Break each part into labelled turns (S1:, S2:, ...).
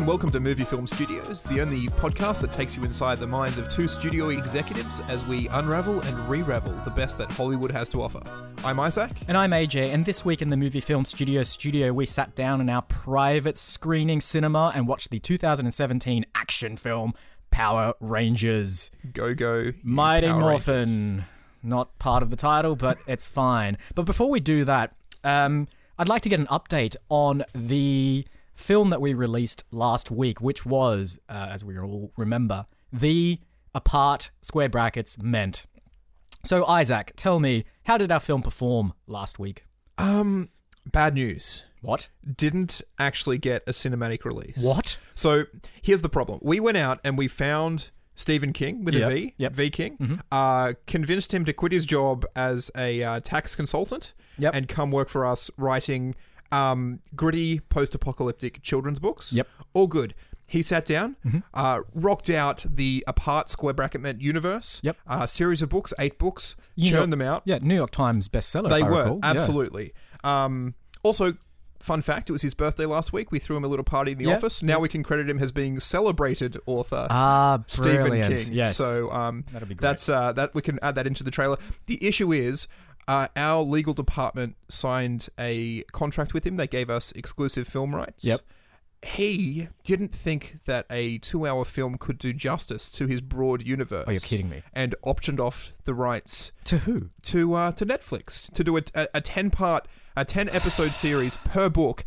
S1: Movie Film Studios, the only podcast that takes you inside the minds of two studio executives as we unravel and re-ravel the best that Hollywood has to offer. I'm Isaac.
S2: And I'm AJ, and this week in the Movie Film Studio studio, we sat down in our private screening cinema and watched the 2017 action film Power Rangers
S1: Go go.
S2: Mighty
S1: Power
S2: Morphin.
S1: Rangers.
S2: Not part of the title, but it's fine. But before we do that, um, I'd like to get an update on the film that we released last week, which was, uh, as we all remember, The Apart Square Brackets Meant. So, Isaac, tell me, how did our film perform last week?
S1: Um, bad news.
S2: What?
S1: Didn't actually get a cinematic release.
S2: What?
S1: So here's the problem. We went out and we found Stephen King with
S2: Yep,
S1: a V,
S2: yep. Mm-hmm.
S1: V King, uh, convinced him to quit his job as a uh, tax consultant
S2: Yep.
S1: and come work for us writing um, gritty post apocalyptic children's books.
S2: Yep. Mm-hmm.
S1: All good. He sat down, uh, rocked out the apart square bracket meant universe,
S2: Yep.
S1: uh, series of books, eight books,
S2: You
S1: churned
S2: know-
S1: them out.
S2: Yeah, New York Times bestseller.
S1: They
S2: if I
S1: were
S2: recall. Yeah.
S1: absolutely. Um, also, fun fact: it was his birthday last week. We threw him a little party in the
S2: Yeah.
S1: office. Now we can credit him as being celebrated author
S2: Ah,
S1: Stephen
S2: brilliant.
S1: King.
S2: Yes.
S1: So um,
S2: That'd be great.
S1: that's uh, that we can add that into the trailer. The issue is. Uh, our legal department signed a contract with him. They gave us exclusive film rights.
S2: Yep.
S1: He didn't think that a two-hour film could do justice to his broad universe.
S2: oh, you're kidding me.
S1: And optioned off the rights
S2: To who?
S1: to uh, to Netflix to do a, a, a ten part a ten episode series per book.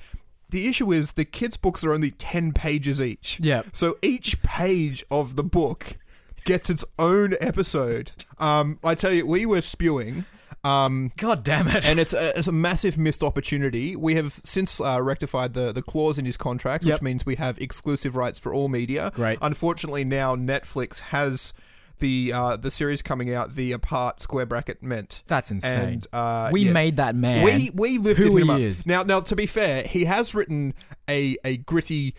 S1: The issue is the kids' books are only ten pages each.
S2: Yeah.
S1: So each page of the book gets its own episode. Um, I tell you, we were spewing. Um,
S2: God damn it.
S1: and it's a, it's a massive missed opportunity. We have since uh, rectified the, the clause in his contract, which
S2: Yep.
S1: means we have exclusive rights for all media.
S2: Great.
S1: Unfortunately, now Netflix has the uh, the series coming out, the apart square bracket meant.
S2: That's insane.
S1: And uh,
S2: we
S1: yeah.
S2: made that man.
S1: we we lifted
S2: who
S1: him
S2: he
S1: up.
S2: is.
S1: Now now to be fair, he has written a a gritty.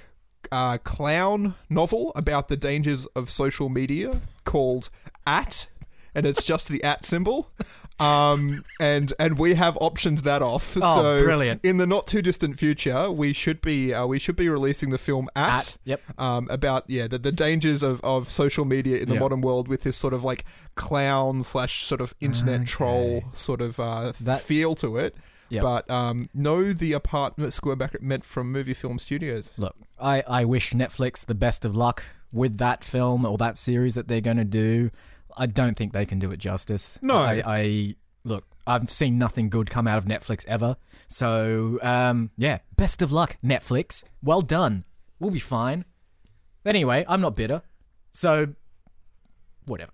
S1: Uh, clown novel about the dangers of social media called at and it's just the at symbol um and and we have optioned that off
S2: Oh,
S1: so
S2: brilliant.
S1: in the not too distant future we should be uh, we should be releasing the film at,
S2: At, yep.
S1: um about yeah the, the dangers of of social media in the
S2: Yeah.
S1: modern world with this sort of like clown slash sort of internet troll sort of uh
S2: That-
S1: feel to it.
S2: Yep.
S1: But um, know the apartment square back meant from movie film studios.
S2: Look, I, I wish Netflix the best of luck with that film or that series that they're going to do. I don't think they can do it justice.
S1: No.
S2: I, I look, I've seen nothing good come out of Netflix ever. So, um, yeah, best of luck, Netflix. Well done. We'll be fine. Anyway, I'm not bitter. So, whatever.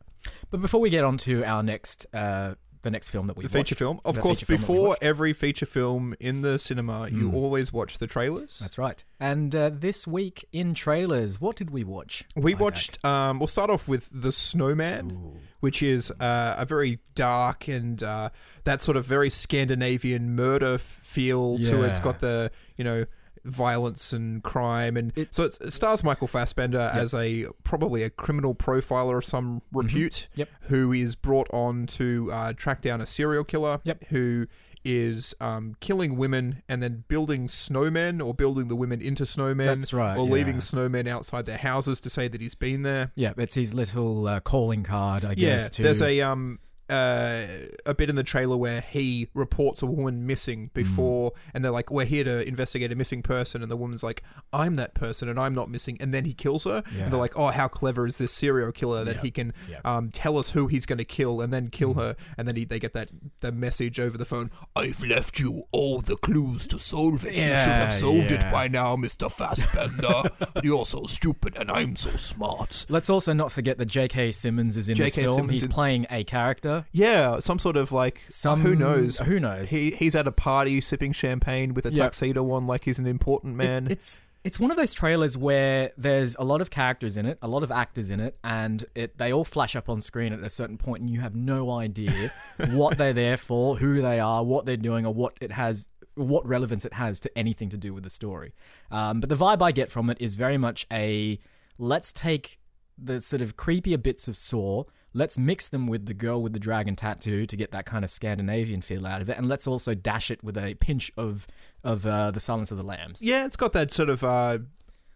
S2: But before we get on to our next, uh, the next film that we
S1: The feature film, of
S2: The
S1: course.
S2: feature film that we
S1: before
S2: watched. Hmm.
S1: every feature film in the cinema, you always watch the trailers.
S2: That's right. And uh, this week in trailers, what did we watch?
S1: we
S2: Isaac?
S1: watched. Um, we'll start off with the Snowman, which is uh, a very dark and uh, that sort of very Scandinavian murder f- feel to it. It's
S2: Yeah.
S1: got the you know violence and crime, and
S2: It-
S1: so it's, it stars Michael Fassbender as a probably a criminal profiler of some repute,
S2: Yep.
S1: who is brought on to uh, track down a serial killer,
S2: Yep.
S1: who is um, killing women and then building snowmen or building the women into snowmen
S2: That's right,
S1: or
S2: yeah.
S1: leaving snowmen outside their houses to say that he's been there.
S2: Yeah, it's his little uh, calling card, I guess. To,
S1: there's a um uh, a bit in the trailer where he reports a woman missing
S2: Hmm.
S1: before, and they're like, "We're here to investigate a missing person," and the woman's like, "I'm that person, and I'm not missing," and then he kills her.
S2: Yeah.
S1: And they're like, "Oh, how clever is this serial killer that
S2: Yeah.
S1: he can
S2: Yeah. Hmm.
S1: um, tell us who he's going to kill and then kill her?" And then he, they get that the message over the phone: "I've left you all the clues to solve it. you should
S2: Yeah,
S1: have solved
S2: yeah.
S1: it by now, Mister Fassbender. You're so stupid, and I'm so smart."
S2: Let's also not forget that J.K. Simmons is in this
S1: J.K.
S2: film.
S1: Simmons
S2: He's
S1: in-
S2: playing a character.
S1: Yeah, some sort of like
S2: Some
S1: who knows?
S2: Who knows?
S1: He he's at a party sipping champagne with a
S2: Yeah.
S1: tuxedo on, like he's an important man.
S2: It's it's one of those trailers where there's a lot of characters in it, a lot of actors in it, and it they all flash up on screen at a certain point, and you have no idea what they're there for, who they are, what they're doing, or what it has, what relevance it has to anything to do with the story. Um, but the vibe I get from it is very much a let's take the sort of creepier bits of Saw. Let's mix them with the girl with the dragon tattoo to get that kind of Scandinavian feel out of it, and let's also dash it with a pinch of of uh, the Silence of the Lambs.
S1: yeah, it's got that sort of uh,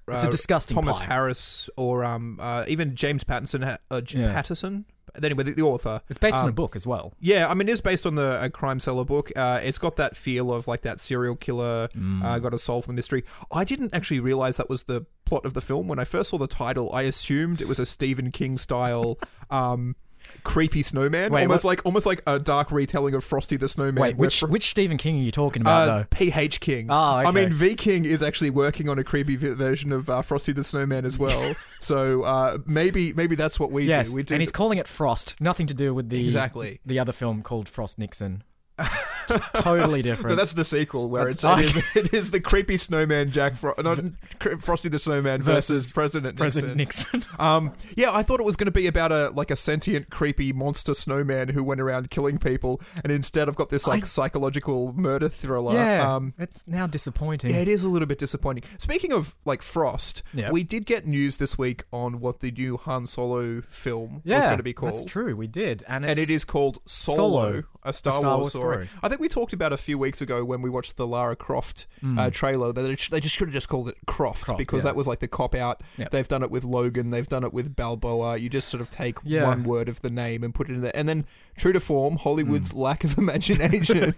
S2: It's a disgusting
S1: Thomas
S2: pie.
S1: Harris or um, uh, even James Pattinson. ha- Uh, J-
S2: Yeah.
S1: Patterson? Anyway, the, the author.
S2: It's based on a
S1: Um,
S2: book as well.
S1: Yeah, I mean, it's based on the a crime seller book. Uh, it's got that feel of like that serial killer
S2: Mm.
S1: uh, got to solve the mystery. I didn't actually realize that was the plot of the film when I first saw the title. I assumed it was a Stephen King style. um, Creepy snowman,
S2: Wait,
S1: almost
S2: what-
S1: like almost like a dark retelling of Frosty the Snowman.
S2: Wait,
S1: where
S2: which
S1: Fro-
S2: which Stephen King are you talking about
S1: uh, PH King.
S2: Oh, okay.
S1: I mean, V King is actually working on a creepy vi- version of uh, Frosty the Snowman as well. so uh, maybe maybe that's what we
S2: though? Yes,
S1: do. We do
S2: and he's calling it Frost. Nothing to do with the
S1: Exactly.
S2: the other film called Frost Nixon. It's t- totally
S1: No,
S2: different.
S1: that's the sequel where it's,
S2: That's-
S1: it, is, it is the creepy snowman Jack Fro- uh, not Cre- Frosty the Snowman versus, President
S2: President
S1: Nixon.
S2: Nixon.
S1: Um, yeah, I thought it was going to be about a like a sentient creepy monster snowman who went around killing people, and instead I've got this like
S2: I-
S1: psychological murder thriller.
S2: yeah,
S1: Um,
S2: it's now disappointing.
S1: Yeah, it is a little bit disappointing. Speaking of like Frost,
S2: Yeah.
S1: we did get news this week on what the new Han Solo film
S2: yeah,
S1: was going to be called.
S2: That's true. We did, and it's,
S1: And it is called Solo,
S2: Solo,
S1: a Star,
S2: Star
S1: Wars,
S2: Wars
S1: story.
S2: story.
S1: I think we talked about a few weeks ago when we watched the Lara Croft uh, trailer that it sh- they just should have just called it Croft,
S2: Hmm. Croft,
S1: because
S2: yeah.
S1: that was like the cop out.
S2: Yep.
S1: They've done it with Logan, they've done it with Balboa. You just sort of take
S2: Yeah.
S1: one word of the name and put it in there. And then, true to form, Hollywood's
S2: Hmm.
S1: lack of imagination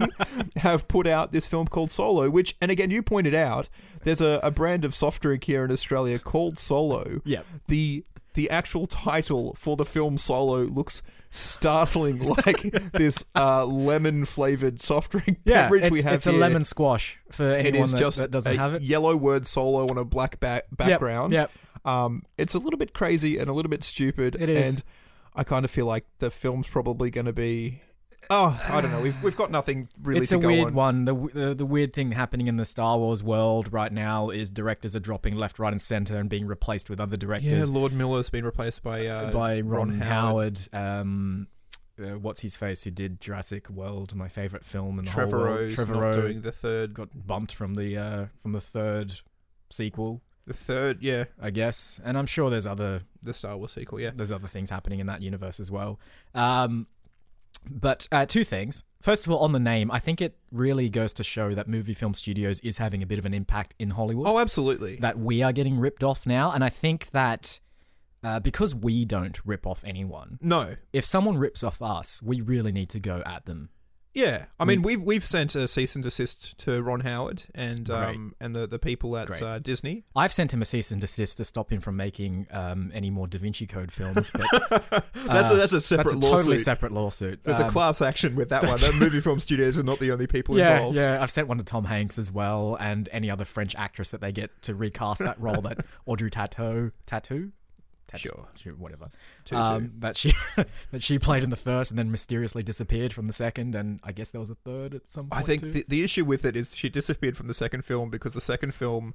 S1: have put out this film called Solo, which, and again, you pointed out, there's a, a brand of soft drink here in Australia called Solo
S2: Yep.
S1: the the actual title for the film Solo looks startling like this uh, lemon flavored soft drink
S2: Yeah,
S1: beverage
S2: it's,
S1: we have
S2: it's a
S1: here.
S2: lemon squash for
S1: It
S2: anyone
S1: is
S2: that,
S1: just
S2: that doesn't
S1: a
S2: have it.
S1: yellow word solo on a black ba- background.
S2: Yep.
S1: Um, it's a little bit crazy and a little bit stupid.
S2: It is.
S1: And I kind of feel like the film's probably going to be. Oh, I don't know. We've we've got nothing really
S2: it's
S1: to
S2: a
S1: go
S2: weird
S1: on.
S2: one. The, w- the the weird thing happening in the Star Wars world right now is directors are dropping left, right, and center and being replaced with other
S1: Yeah,
S2: directors
S1: Lord Miller's been replaced by uh,
S2: by Ron,
S1: Ron
S2: Howard. Um, uh, what's his face? Who did Jurassic World, my favorite film in the
S1: Trevor
S2: whole world?
S1: Rose not
S2: Rowe
S1: doing the third
S2: got bumped from the uh, from the third sequel,
S1: the third yeah
S2: I guess. And I'm sure there's other
S1: the Star Wars sequel yeah
S2: there's other things happening in that universe as well. Um, but uh, two things. First of all, on the name, I think it really goes to show that movie film studios is having a bit of an impact in Hollywood.
S1: Oh, absolutely.
S2: That we are getting ripped off now, and I think that uh, because we don't rip off anyone,
S1: No.
S2: if someone rips off us, we really need to go at them.
S1: Yeah. I mean, we've we've sent a cease and desist to Ron Howard and um and the the people at
S2: Great.
S1: uh, Disney.
S2: I've sent him a cease and desist to stop him from making um, any more Da Vinci Code films, but
S1: That's a, that's a separate
S2: Uh, that's a
S1: lawsuit.
S2: totally separate lawsuit.
S1: There's a
S2: Um,
S1: class action with that one. That movie film studios are not the only people
S2: yeah,
S1: involved.
S2: Yeah, I've sent one to Tom Hanks as well, and any other French actress that they get to recast that role that Audrey Tateau, Tattoo,
S1: Sure.
S2: whatever,
S1: Tutu.
S2: um, that she that she played in the first, and then mysteriously disappeared from the second, and I guess there was a third at some point.
S1: I think
S2: too.
S1: the, the issue with it is she disappeared from the second film because the second film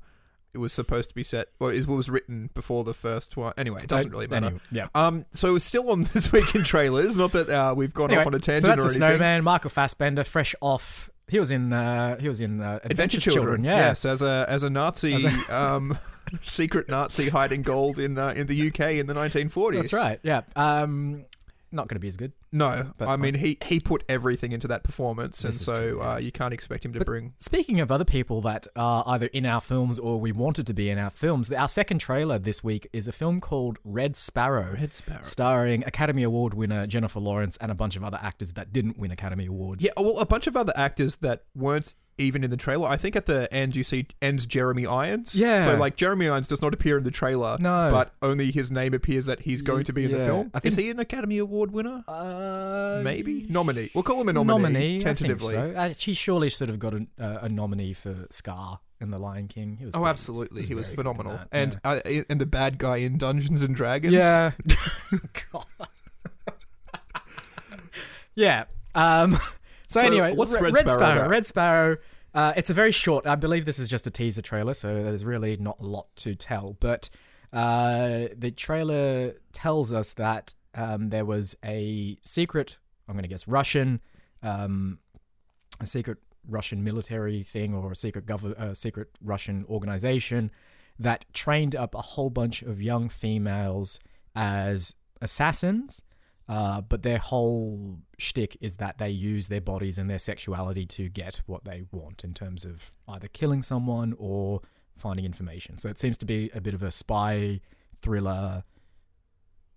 S1: it was supposed to be set well it was written before the first one. Anyway, it doesn't really matter.
S2: Anyway, yeah.
S1: Um, so we're still on this week in trailers. Not that uh, we've gone
S2: Anyway,
S1: off on a
S2: so
S1: tangent
S2: that's
S1: or
S2: the
S1: anything.
S2: Snowman, Michael Fassbender, fresh off. He was in. Uh, he was in uh, Adventure, Children. Yeah.
S1: Yes, as a as a Nazi,
S2: As
S1: um, secret Nazi hiding gold in uh, in the UK in the 1940s.
S2: that's right. Yeah. Um, not going to be as good.
S1: No,
S2: That's
S1: I mean he he put everything into that performance,
S2: This
S1: and
S2: is
S1: so
S2: true, yeah.
S1: uh, you can't expect him to
S2: But-
S1: bring.
S2: Speaking of other people that are either in our films or we wanted to be in our films, our second trailer this week is a film called Red Sparrow,
S1: Sparrow.
S2: starring Academy Award winner Jennifer Lawrence and a bunch of other actors that didn't win Academy Awards.
S1: Yeah, well, a bunch of other actors that weren't even in the trailer. I think at the end you see ends Jeremy Irons.
S2: Yeah.
S1: So like Jeremy Irons does not appear in the trailer.
S2: No.
S1: But only his name appears that he's going to be in the
S2: yeah,
S1: film.
S2: I
S1: is
S2: think-
S1: he an Academy Award winner?
S2: Uh,
S1: Maybe nominee. We'll call him a nominee,
S2: nominee,
S1: tentatively.
S2: I think so. Uh, she surely should have got a, uh, a nominee for Scar in The Lion King. He was
S1: Oh,
S2: pretty-
S1: absolutely,
S2: was
S1: he was
S2: very good in
S1: phenomenal,
S2: that,
S1: and uh, and the bad guy in Dungeons and Dragons.
S2: Yeah. God. yeah. Um, so,
S1: So,
S2: anyway,
S1: what's
S2: Re-
S1: Red Sparrow about?
S2: Red Sparrow. Uh, it's a very short. I believe this is just a teaser trailer, so there's really not a lot to tell. But uh, the trailer tells us that um, there was a secret. I'm going to guess Russian. Um, a secret Russian military thing or a secret gov- uh, secret Russian organization that trained up a whole bunch of young females as assassins. Uh, but their whole shtick is that they use their bodies and their sexuality to get what they want in terms of either killing someone or finding information. So it seems to be a bit of a spy thriller,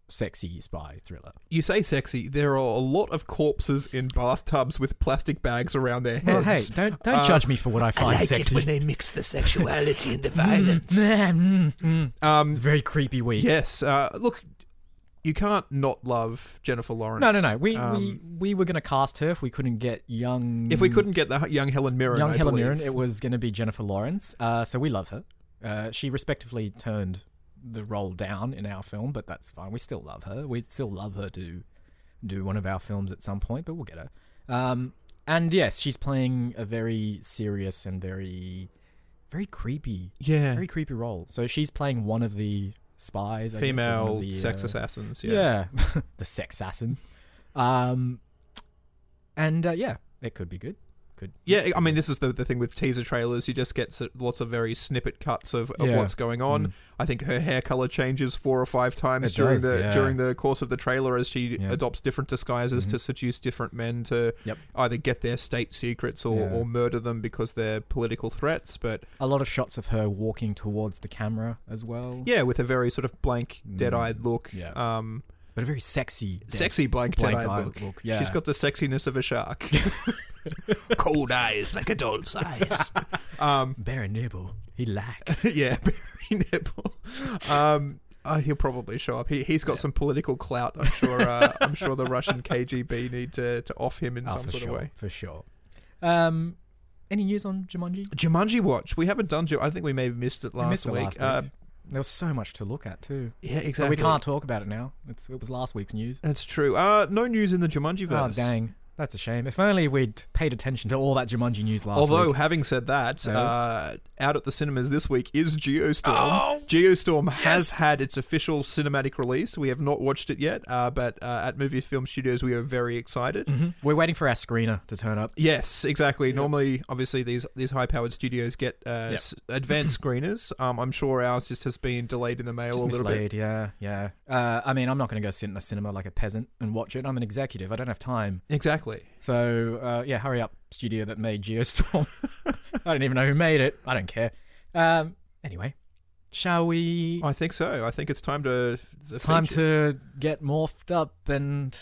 S2: sexy spy thriller.
S1: You say sexy. There are a lot of corpses in bathtubs with plastic bags around their
S2: Well,
S1: heads.
S2: hey, don't don't
S1: Uh,
S2: judge me for what I
S3: I
S2: find
S3: like it
S2: sexy.
S3: when they mix the sexuality and the violence.
S2: Mm, mm, mm.
S1: um,
S2: It's very creepy. Week.
S1: yes. Uh, look, you can't not love Jennifer Lawrence.
S2: No, no, no. We
S1: Um,
S2: we, we were gonna cast her if we couldn't get young.
S1: If we couldn't get the h- young Helen Mirren,
S2: young
S1: I
S2: Helen
S1: believe.
S2: Mirren, it was gonna be Jennifer Lawrence. Uh, so we love her. Uh, she respectively turned the role down in our film, but that's fine. We still love her. We'd still love her to do one of our films at some point, but we'll get her. Um, and yes, she's playing a very serious and very, very creepy,
S1: yeah,
S2: very creepy role. So she's playing one of the spies, I guess, or one of
S1: female
S2: the,
S1: sex
S2: uh,
S1: assassins. Yeah.
S2: yeah, the sex assassin. Um, and uh, yeah, it could be good. Could
S1: Yeah, I mean, this is the, the thing with teaser trailers. You just get s- lots of very snippet cuts of, of
S2: Yeah.
S1: what's going on.
S2: Mm.
S1: I think her hair color changes four or five times
S2: It
S1: during
S2: does,
S1: the
S2: yeah.
S1: during the course of the trailer as she
S2: Yeah.
S1: adopts different disguises to
S2: Mhm.
S1: seduce different men to
S2: Yep.
S1: either get their state secrets or,
S2: Yeah.
S1: or murder them because they're political threats. But
S2: a lot of shots of her walking towards the camera as well.
S1: yeah, with a very sort of blank,
S2: Mm.
S1: dead eyed look.
S2: Yeah.
S1: Um,
S2: but a very sexy, dead-
S1: sexy blank,
S2: blank
S1: dead
S2: eye
S1: eyed look.
S2: look, yeah.
S1: She's got the sexiness of a shark.
S3: Cold eyes like a doll's eyes.
S1: um,
S2: Baron Nibble. He lack.
S1: yeah, Barry Nibble. Um, uh, he'll probably show up. He he's got some political clout. I'm sure. Uh, I'm sure the Russian KGB need to, to off him in
S2: oh,
S1: some
S2: for
S1: sort
S2: sure,
S1: of way.
S2: for sure. Um, any news on Jumanji?
S1: Jumanji Watch. We haven't done. Ju- I think we may have missed it last
S2: I missed it
S1: week.
S2: last
S1: Uh,
S2: week. There was so much to look at too.
S1: yeah, exactly.
S2: So we can't talk about it now. It's, it was last week's news.
S1: That's true. Uh, no news in the Jumanji
S2: Oh
S1: verse.
S2: dang, that's a shame. If only we'd paid attention to all that Jumanji news last
S1: Although,
S2: week.
S1: having said that,
S2: No.
S1: uh, out at the cinemas this week is Geostorm.
S3: Oh,
S1: Geostorm has
S3: Yes.
S1: had its official cinematic release. We have not watched it yet, uh, but uh, at Movie Film Studios, we are very excited.
S2: Mhm. we're waiting for our screener to turn up.
S1: Yes, exactly. Normally, obviously, these these high powered studios get uh,
S2: Yep.
S1: s- advanced screeners. Um, I'm sure ours just has been delayed in the mail
S2: Just
S1: a little bit.
S2: mislaid, yeah, yeah. Uh, I mean, I'm not going to go sit in a cinema like a peasant and watch it. I'm an executive. I don't have time.
S1: Exactly.
S2: So uh, yeah, hurry up, studio that made Geostorm. I don't even know who made it. I don't care. Um, anyway, shall we?
S1: I think so. I think it's time to.
S2: it's time to get morphed up and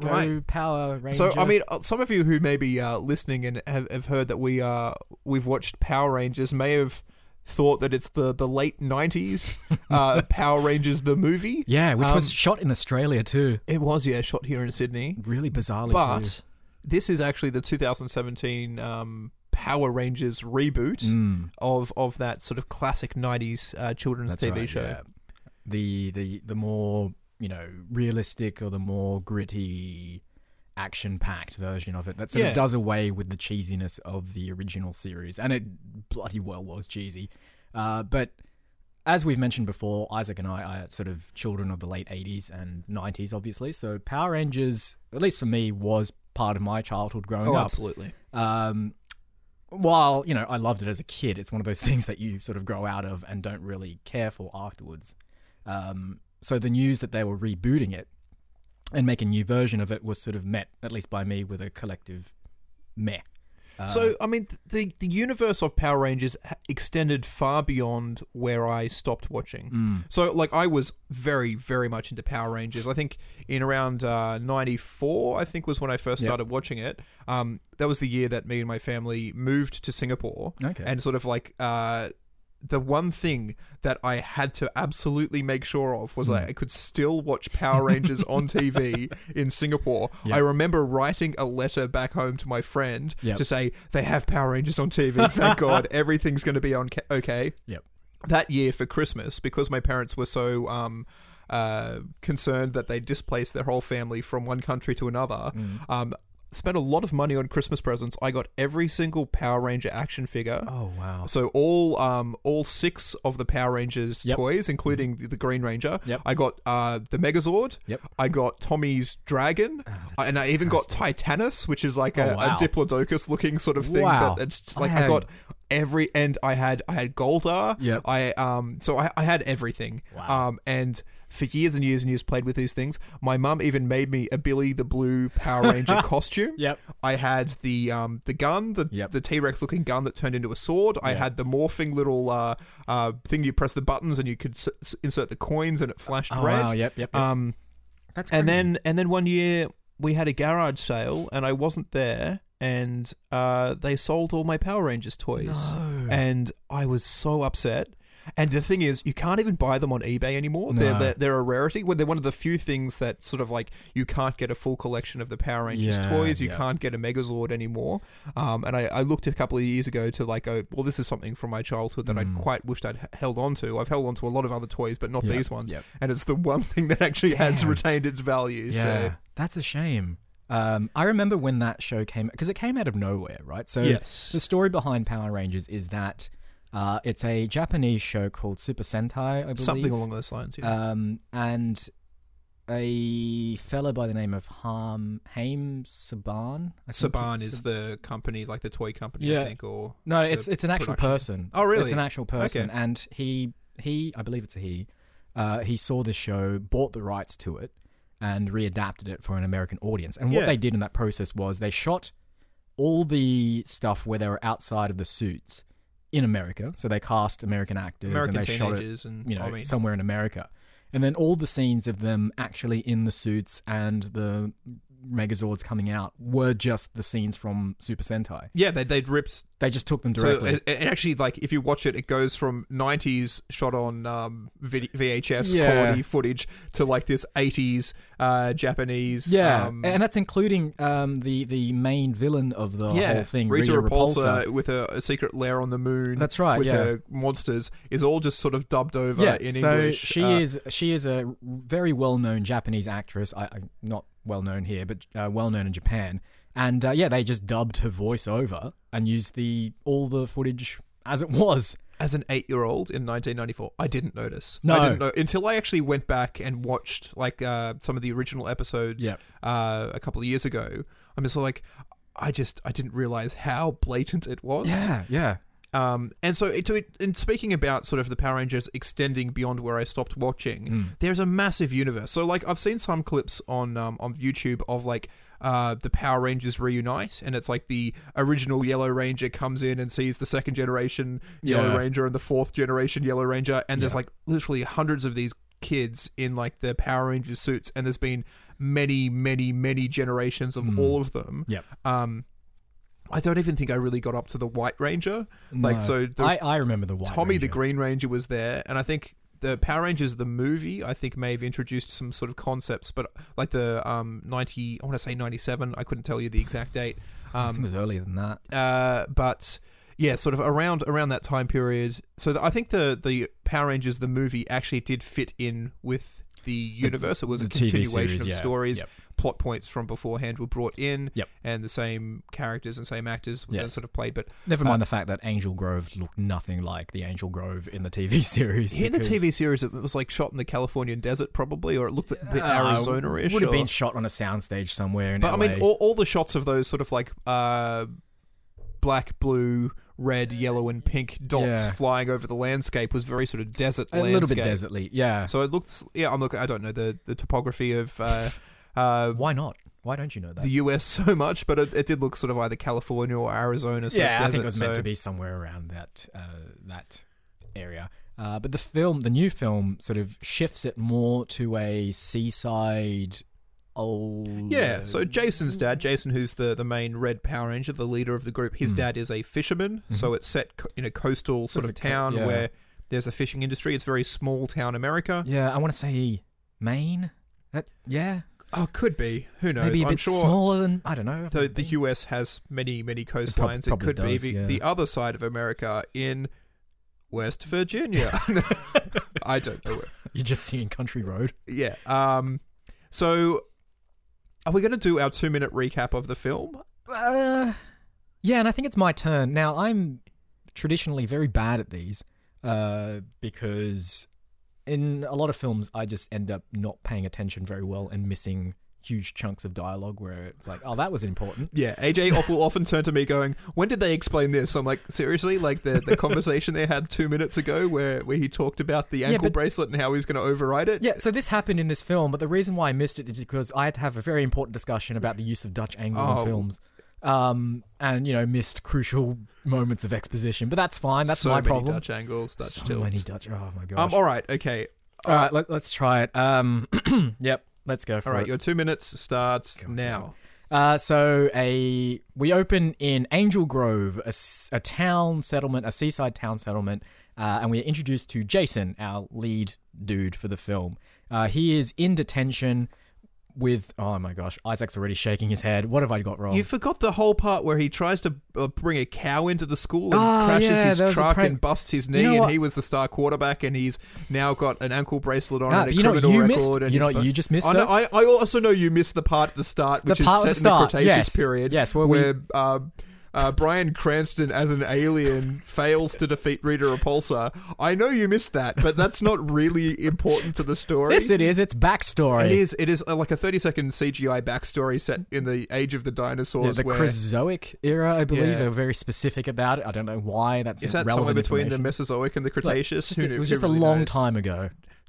S2: go
S1: Right.
S2: Power Ranger.
S1: So I mean, uh, some of you who may be uh, listening and have, have heard that we uh, we've watched Power Rangers may have thought that it's the the late '90s uh, Power Rangers the movie.
S2: yeah, which was
S1: um,
S2: shot in Australia too.
S1: It was yeah, shot here in Sydney.
S2: Really bizarrely,
S1: But this is actually the 2017 um, Power Rangers reboot
S2: too. Mm,
S1: of of that sort of classic 90s uh, children's
S2: that's
S1: TV
S2: right,
S1: show.
S2: yeah. The the the more you know realistic or the more gritty action packed version of it that sort
S1: Yeah.
S2: of does away with the cheesiness of the original series and it bloody well was cheesy uh, but as we've mentioned before isaac and i are sort of children of the late 80s and 90s obviously so power rangers at least for me was part of my childhood growing
S1: Oh,
S2: up
S1: absolutely.
S2: um, while you know I loved it as a kid, it's one of those things that you sort of grow out of and don't really care for afterwards. Um, so the news that they were rebooting it and making a new version of it was sort of met, at least by me, with a collective meh. Uh,
S1: so, I mean, th- the the universe of Power Rangers ha- extended far beyond where I stopped watching.
S2: mm,
S1: So, like, I was very, very much into Power Rangers. I think in around uh, 94, I think was when I first
S2: Yep.
S1: started watching it. Um, that was the year that me and my family moved to Singapore.
S2: okay,
S1: and sort of like uh the one thing that I had to absolutely make sure of was
S2: Hmm.
S1: that I could still watch Power Rangers on TV in Singapore.
S2: Yeah.
S1: I remember writing a letter back home to my friend
S2: Yep.
S1: to say they have Power Rangers on TV. Thank God, everything's going to be on ca- okay.
S2: Yep.
S1: That year for Christmas, because my parents were so um, uh, concerned that they displaced their whole family from one country to another,
S2: Mm.
S1: um, spent a lot of money on Christmas presents. I got every single Power Ranger action figure.
S2: oh wow,
S1: So all um all six of the Power Rangers
S2: Yep.
S1: toys, including the, the Green Ranger.
S2: Yep.
S1: I got uh the Megazord.
S2: Yep. Ah,
S1: I got Tommy's dragon,
S2: that's
S1: and I even got Titanus, which is like
S2: Oh,
S1: a,
S2: wow.
S1: a Diplodocus looking sort of thing.
S2: Wow.
S1: That it's
S2: I
S1: like I,
S2: had-
S1: got every and I had I had Goldar.
S2: Yep.
S1: I um so I, I had everything.
S2: Wow.
S1: Um and for years and years and years played with these things. My mum even made me a Billy the Blue Power Ranger costume.
S2: Yep.
S1: I had the um the gun, the
S2: Yep.
S1: the T Rex looking gun that turned into a sword. I had the morphing little uh, uh thing you press the buttons and you could s- s- insert the coins and it flashed
S2: Oh,
S1: red.
S2: wow. Yep, yep, yep.
S1: Um,
S2: That's
S1: and then and then one year we had a garage sale and I wasn't there and uh, they sold all my Power Rangers toys and I was so upset. And the thing is, you can't even buy them on eBay anymore. They're,
S2: No.
S1: they're they're a rarity. Well, they're one of the few things that sort of like you can't get a full collection of the Power Rangers
S2: Yeah,
S1: toys. You
S2: yeah.
S1: can't get a Megazord anymore. Um, and I, I looked a couple of years ago to like, go, well, this is something from my childhood that
S2: Hmm.
S1: I'd quite wished I'd h- held on to. I've held on to a lot of other toys, but not
S2: Yep,
S1: these ones
S2: yep.
S1: and it's the one thing that actually has
S2: Damn.
S1: retained its uh, value.
S2: Yeah,
S1: So
S2: that's a shame. Um, I remember when that show came because it came out of nowhere, right? So
S1: Yes.
S2: the story behind Power Rangers is that uh, it's a Japanese show called Super Sentai, I believe,
S1: something uh, along those lines. Yeah.
S2: um, and a fella by the name of Ham Haim Saban. I think
S1: Saban
S2: it's-
S1: is the company, like the toy company, I
S2: Yeah.
S1: think, or
S2: no, it's it's an actual
S1: production.
S2: person.
S1: Oh, really?
S2: It's an actual person,
S1: Okay.
S2: and he he I believe it's a he. Uh, he saw the show, bought the rights to it, and readapted it for an American audience. And
S1: Yeah.
S2: what they did in that process was they shot all the stuff where they were outside of the suits in America. So they cast American actors
S1: American
S2: and they shot it
S1: teenagers, and
S2: you know,
S1: I mean,
S2: somewhere in America. And then all the scenes of them actually in the suits and the Megazords coming out were just the scenes from Super Sentai.
S1: yeah, they they ripped.
S2: They just took them
S1: So uh,
S2: directly.
S1: it, it actually, like, if you watch it, it goes from '90s shot on um, v- VHS
S2: Yeah.
S1: quality footage to like this '80s uh, Japanese.
S2: yeah,
S1: um,
S2: and that's including um, the the main villain of the
S1: yeah,
S2: whole thing,
S1: Rita,
S2: Rita,
S1: Repulsa, with a, a secret lair on the moon.
S2: That's right,
S1: With
S2: yeah.
S1: her monsters is all just sort of dubbed over
S2: Yeah,
S1: in
S2: so
S1: English.
S2: she
S1: uh,
S2: is she is a very well known Japanese actress. I, I not well known here, but uh, well known in Japan. And uh, yeah, they just dubbed her voice over and used the all the footage as it was.
S1: as an eight year old in 1994, I didn't notice.
S2: No.
S1: I didn't know until I actually went back and watched like uh, some of the original episodes
S2: Yep.
S1: uh, a couple of years ago. I'm just like, I just I didn't realize how blatant it was.
S2: Yeah, yeah.
S1: Um, and so it, to it, and speaking about sort of the Power Rangers extending beyond where I stopped watching,
S2: Hmm.
S1: there's a massive universe. So like I've seen some clips on um, on YouTube of like uh, the Power Rangers reunite, and it's like the original Yellow Ranger comes in and sees the second generation Yellow
S2: Yeah.
S1: Ranger and the fourth generation Yellow Ranger, and there's
S2: Yeah.
S1: like literally hundreds of these kids in like the Power Rangers suits, and there's been many, many, many generations of all of them.
S2: Hmm. Yep.
S1: Um, I don't even think I really got up to the White Ranger. Like
S2: No.
S1: so, the,
S2: I, I remember the White
S1: Tommy the
S2: Ranger.
S1: Green Ranger was there, and I think the Power Rangers the movie I think may have introduced some sort of concepts, but like the um ninety, I want to say ninety seven. I couldn't tell you the exact date.
S2: I think it
S1: Um,
S2: was earlier than that.
S1: uh, but yeah, sort of around around that time period. So the, I think the the Power Rangers the movie actually did fit in with the universe. It was a
S2: the TV
S1: continuation
S2: series,
S1: of
S2: yeah.
S1: stories.
S2: Yep.
S1: Plot points from beforehand were brought in,
S2: Yep.
S1: and the same characters and same actors were then
S2: Yes.
S1: sort of played. But
S2: Never mind the fact that Angel Grove looked nothing like the Angel Grove in the TV series.
S1: Here in the
S2: because,
S1: TV series, it was like shot in the Californian desert, probably, or it looked a bit
S2: uh,
S1: Arizona-ish.
S2: would have
S1: or-
S2: been shot on a soundstage somewhere. In
S1: but I mean,
S2: LA.
S1: all, all the shots of those sort of like uh, black, blue, red, yellow, and pink dots
S2: Yeah.
S1: flying over the landscape was very sort of desert.
S2: a
S1: landscape.
S2: little bit desertly. Yeah.
S1: So it looks, yeah. I'm looking. I don't know the the topography of. Uh, uh,
S2: Why not? Why don't you know that?
S1: the US so much, but it, it did look sort of either California or Arizona. Sort of
S2: yeah, I
S1: desert,
S2: think it was meant
S1: so-
S2: to be somewhere around that uh, that area. Uh, but the film, the new film, sort of shifts it more to a seaside. Old
S1: Yeah, so
S2: Mm.
S1: Jason's dad, Jason, who's the, the main Red Power Ranger, the leader of the group,
S2: Mm.
S1: his dad is a fisherman. So it's set co- in a coastal sort
S2: Sort of
S1: of
S2: a co-
S1: town
S2: Mm-hmm. yeah.
S1: where there's a fishing industry. It's very small town America.
S2: yeah, I want to say Maine. That yeah,
S1: Oh, could be. Who knows?
S2: maybe a
S1: I'm
S2: bit
S1: sure.
S2: smaller than I don't know.
S1: The, the US has many, many coastlines. It,
S2: probably
S1: could
S2: does,
S1: be the,
S2: yeah.
S1: the other side of America in West Virginia. I don't know where.
S2: You're just seeing Country Road.
S1: Yeah. Um, so, are we going to do our two minute recap of the film?
S2: Uh, yeah, and I think it's my turn now. I'm traditionally very bad at these uh, because in a lot of films I just end up not paying attention very well and missing huge chunks of dialogue where it's like, oh, that was important.
S1: Yeah, AJ off- will often turn to me going, "When did they explain this?" I'm like, "Seriously, like the, the conversation they had two minutes ago, where where he talked about the ankle
S2: but-
S1: bracelet and how he's going to override it."
S2: Yeah, so this happened in this film, but the reason why I missed it is because I had to have a very important discussion about the use of Dutch angle
S1: Oh.
S2: in films. Um, and you know, missed crucial moments of exposition, but that's fine. That's
S1: so
S2: my
S1: many
S2: problem.
S1: Dutch angles, Dutch
S2: so
S1: tilts.
S2: many Dutch. Oh my gosh.
S1: um, all right, okay,
S2: all right, let, us try it. Um, yep, let's go for
S1: all right.
S2: it.
S1: Your two minutes starts now.
S2: Uh, so a we open in Angel Grove, a, s- a town settlement, a seaside town settlement, uh, and we are introduced to Jason, our lead dude for the film. Uh, he is in detention with oh my gosh, Isaac's already shaking his head. What have I got wrong?
S1: You forgot the whole part where he tries to uh, bring a cow into the school and
S2: Ah,
S1: crashes
S2: yeah, there
S1: his
S2: was a
S1: truck
S2: prank.
S1: and busts his
S2: You
S1: knee,
S2: know
S1: and
S2: what?
S1: he was the star quarterback, and he's now got an ankle bracelet on
S2: Ah,
S1: and a
S2: but you know what
S1: criminal
S2: you
S1: record.
S2: missed?
S1: and
S2: You know
S1: he's
S2: what
S1: bu-
S2: you just missed,
S1: I, know,
S2: though?
S1: I, I also know you missed the part at the start, which
S2: part
S1: is
S2: at
S1: set
S2: the start,
S1: in the Cretaceous
S2: yes.
S1: period.
S2: Yes, where we-
S1: where uh, uh, Brian Cranston as an alien fails to defeat Rita Repulsa. I know you missed that, but that's not really important to the story.
S2: yes, it is. It's backstory.
S1: It is. It is uh, like a thirty-second CGI backstory set in the age of the
S2: Yeah,
S1: dinosaurs.
S2: the
S1: where
S2: Cryzoic era, I believe.
S1: Yeah.
S2: They're very specific about it. I don't know why that's
S1: Is that
S2: relevant
S1: somewhere between the
S2: information.
S1: Mesozoic and the
S2: Like,
S1: Cretaceous?
S2: just-
S1: Who
S2: it
S1: knew-
S2: was
S1: who
S2: just
S1: really
S2: a long
S1: knows?
S2: time ago.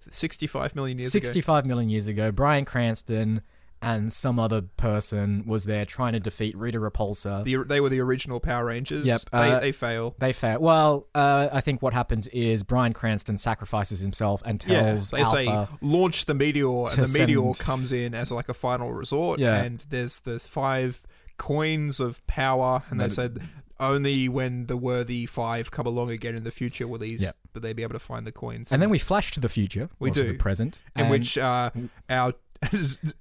S1: Sixty-five million years ago.
S2: Sixty-five million years ago, Brian Cranston and some other person was there trying to defeat Rita Repulsa.
S1: The, they were the original Power Rangers.
S2: Yep,
S1: They,
S2: uh,
S1: they fail.
S2: they fail. Well, uh, I think what happens is Brian Cranston sacrifices himself and
S1: Yeah,
S2: tells
S1: they
S2: Alpha.
S1: say launch the meteor, and
S2: to
S1: the meteor
S2: send-
S1: comes in as like a final resort.
S2: Yeah.
S1: and there's there's five coins of power, and they said only when the worthy five come along again in the future will these,
S2: Yep.
S1: but they be able to find the coins.
S2: and then we flash to the future.
S1: We
S2: or to
S1: do.
S2: the present,
S1: in
S2: and-
S1: which uh, our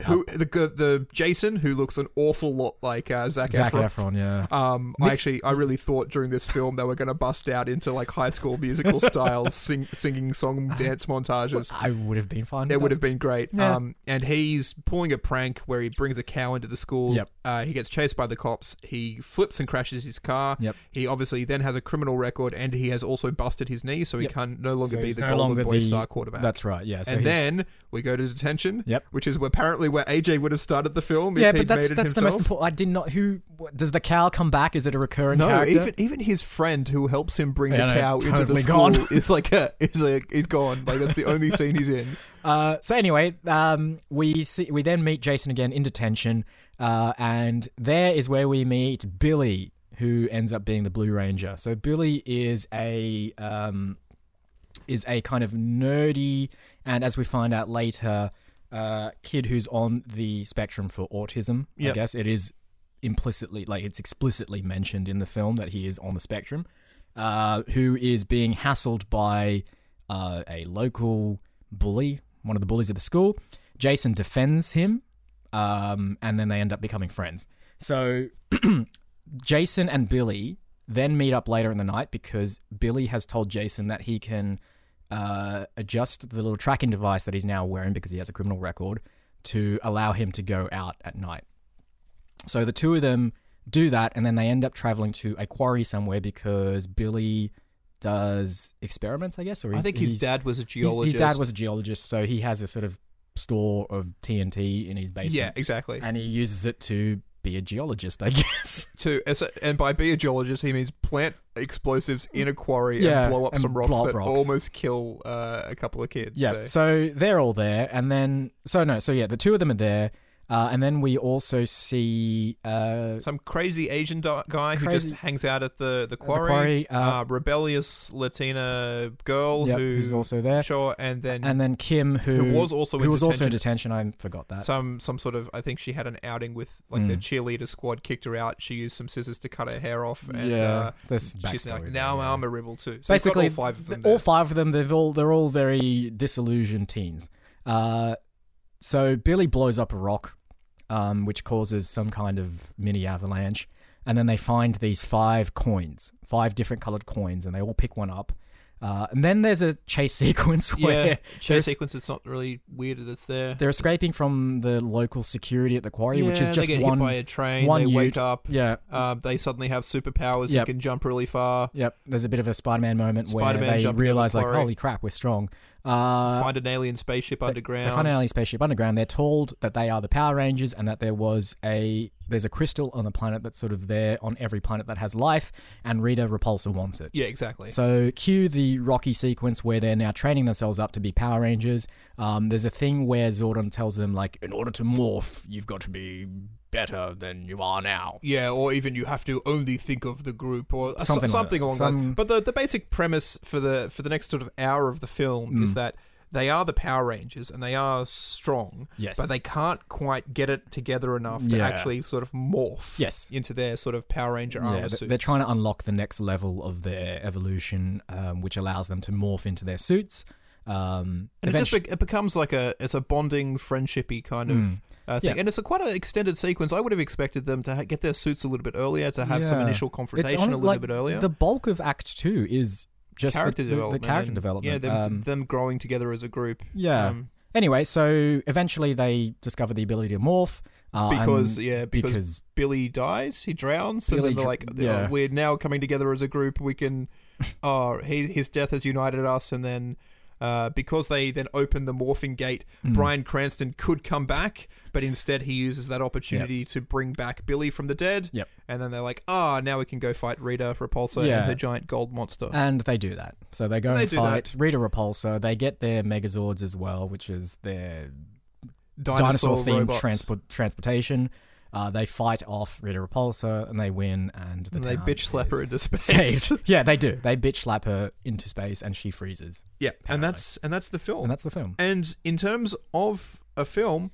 S1: who the the Jason who looks an awful lot like uh, Zac,
S2: Zac
S1: Efron.
S2: Efron, yeah.
S1: Um, I actually, I really thought during this film they were going to bust out into like high school musical styles, sing, singing song dance montages.
S2: I would have been fine.
S1: It
S2: with
S1: would
S2: that.
S1: have been great.
S2: Yeah.
S1: Um, and he's pulling a prank where he brings a cow into the school.
S2: Yep.
S1: Uh, he gets chased by the cops. He flips and crashes his car.
S2: Yep.
S1: He obviously then has a criminal record, and he has also busted his knee, so he
S2: Yep.
S1: can no longer
S2: So
S1: be
S2: he's
S1: the
S2: no
S1: Golden
S2: longer
S1: Boy
S2: the-
S1: star quarterback.
S2: That's right. Yeah. So
S1: and
S2: he's-
S1: then we go to detention,
S2: Yep.
S1: which is apparently where AJ would have started the film
S2: Yeah,
S1: if
S2: but
S1: he'd
S2: that's
S1: made it
S2: that's
S1: himself.
S2: the most important. I did not. Who what- does the cow come back? Is it a recurring
S1: No,
S2: character?
S1: even even his friend who helps him bring
S2: Yeah,
S1: the
S2: no,
S1: cow into the
S2: totally
S1: school
S2: gone.
S1: is like a is a is gone. Like that's the only scene he's in.
S2: Uh, so anyway, um, we see we then meet Jason again in detention, uh, and there is where we meet Billy, who ends up being the Blue Ranger. So Billy is a um, is a kind of nerdy, and as we find out later, uh, kid who's on the spectrum for autism.
S1: Yep.
S2: I guess it is implicitly, like it's explicitly mentioned in the film that he is on the spectrum, uh, who is being hassled by uh, a local bully, one of the bullies at the school. Jason defends him, um, and then they end up becoming friends. So Jason and Billy then meet up later in the night because Billy has told Jason that he can uh, adjust the little tracking device that he's now wearing because he has a criminal record to allow him to go out at night. So the two of them do that, and then they end up traveling to a quarry somewhere because Billy does experiments, I guess. Or he-
S1: was
S2: he's-
S1: a
S2: his- His, dad was a geologist, so he has a sort of store of TNT in his basement.
S1: yeah, exactly.
S2: And he uses it to be a geologist, I guess.
S1: To as a- and by be a geologist, he means plant explosives in a quarry
S2: Yeah,
S1: and blow up
S2: and
S1: some rocks
S2: blow up
S1: that
S2: rocks.
S1: almost kill uh, a couple of kids.
S2: Yeah. So.
S1: so.
S2: they're all there, and then so no, so yeah, the two of them are there, uh, and then we also see uh,
S1: Some crazy Asian do- guy who
S2: Crazy-
S1: just hangs out at the the quarry.
S2: quarry, uh,
S1: uh, rebellious Latina girl
S2: yep,
S1: who,
S2: who's also there,
S1: sure, and then
S2: and then Kim who,
S1: who was also in
S2: who was also in
S1: detention.
S2: detention. I forgot that.
S1: some some sort of I think she had an outing with like
S2: Mm.
S1: the cheerleader squad kicked her out. She used some scissors to cut her hair off, and
S2: yeah,
S1: uh,
S2: this
S1: she's now
S2: backstory
S1: like,
S2: there,
S1: now
S2: yeah.
S1: I'm a rebel too. So
S2: basically
S1: basically, all five of them.
S2: th-
S1: there.
S2: all five of them they've all they're all very disillusioned teens uh, so billy blows up a rock um, which causes some kind of mini avalanche and then they find these five coins five different colored coins and they all pick one up uh, and then there's a chase sequence where
S1: yeah,
S2: there's-
S1: chase sequence. It's not really weird that's there.
S2: they're escaping from the local security at the quarry which is
S1: Yeah,
S2: just
S1: they get
S2: one
S1: hit by a train.
S2: one
S1: they wake
S2: ute.
S1: up.
S2: yeah
S1: Um, they suddenly have superpowers.
S2: Yep.
S1: They can jump really far.
S2: Yep, there's a bit of a Spider-Man moment
S1: Spider-Man
S2: where they
S1: jumping in the
S2: realize, like,
S1: quarry.
S2: holy crap, we're strong. Uh,
S1: Find an alien spaceship underground.
S2: They find an alien spaceship underground. They're told that they are the Power Rangers and that there was a there's a crystal on the planet that's sort of there on every planet that has life, and Rita Repulsa wants it.
S1: yeah, exactly.
S2: So cue the Rocky sequence where they're now training themselves up to be Power Rangers. Um, there's a thing where Zordon tells them like, in order to morph, you've got to be better than you are now.
S1: Yeah, or even you have to only think of the group or something,
S2: Something like
S1: something
S2: that.
S1: along those.
S2: Some-
S1: But the, the basic premise for the for the next sort of hour of the film
S2: Mm.
S1: is that they are the Power Rangers and they are strong,
S2: Yes.
S1: but they can't quite get it together enough to
S2: Yeah.
S1: actually sort of morph
S2: Yes.
S1: into their sort of Power Ranger armor
S2: Yeah, th-
S1: suits.
S2: they're trying to unlock the next level of their evolution, um, which allows them to morph into their suits. Um,
S1: and it just
S2: eventu-
S1: be- it becomes like a it's a bonding friendshipy kind of
S2: Mm.
S1: uh, thing,
S2: Yeah.
S1: and it's a quite an extended sequence. I would have expected them to ha- get their suits a little bit earlier, to have some
S2: Yeah.
S1: initial confrontation
S2: honest-
S1: a little
S2: like,
S1: bit earlier.
S2: The bulk of Act Two is just the-
S1: character
S2: the, the
S1: development,
S2: character
S1: and-
S2: development.
S1: Yeah, them,
S2: Um,
S1: them growing together as a group.
S2: yeah.
S1: um,
S2: anyway, so eventually they discover the ability to morph uh, and-
S1: because yeah, because,
S2: because
S1: Billy dies, he drowns, and
S2: Billy
S1: then they're
S2: dr-
S1: like, oh,
S2: yeah.
S1: we're now coming together as a group. We can, oh, he, his death has united us, and then. Uh, because they then open the morphing gate,
S2: hmm.
S1: Brian Cranston could come back, but instead he uses that opportunity to bring back Billy from the dead.
S2: Yep.
S1: And then they're like, ah, now we can go fight Rita Repulsa
S2: Yeah. Uh,
S1: and her giant gold monster.
S2: and they do that. So they go
S1: They
S2: and
S1: do that.
S2: fight Rita Repulsa. They get their Megazords as well, which is their
S1: Dinosaur,
S2: dinosaur themed
S1: robots.
S2: transport transportation. Uh, they fight off Rita Repulsa and they win, and the
S1: And they
S2: town
S1: bitch slap
S2: is
S1: her into space.
S2: Saved. yeah, they do. They bitch slap her into space, and she freezes.
S1: yeah, and
S2: Apparently.
S1: that's and that's the film.
S2: And that's the film.
S1: And in terms of a film,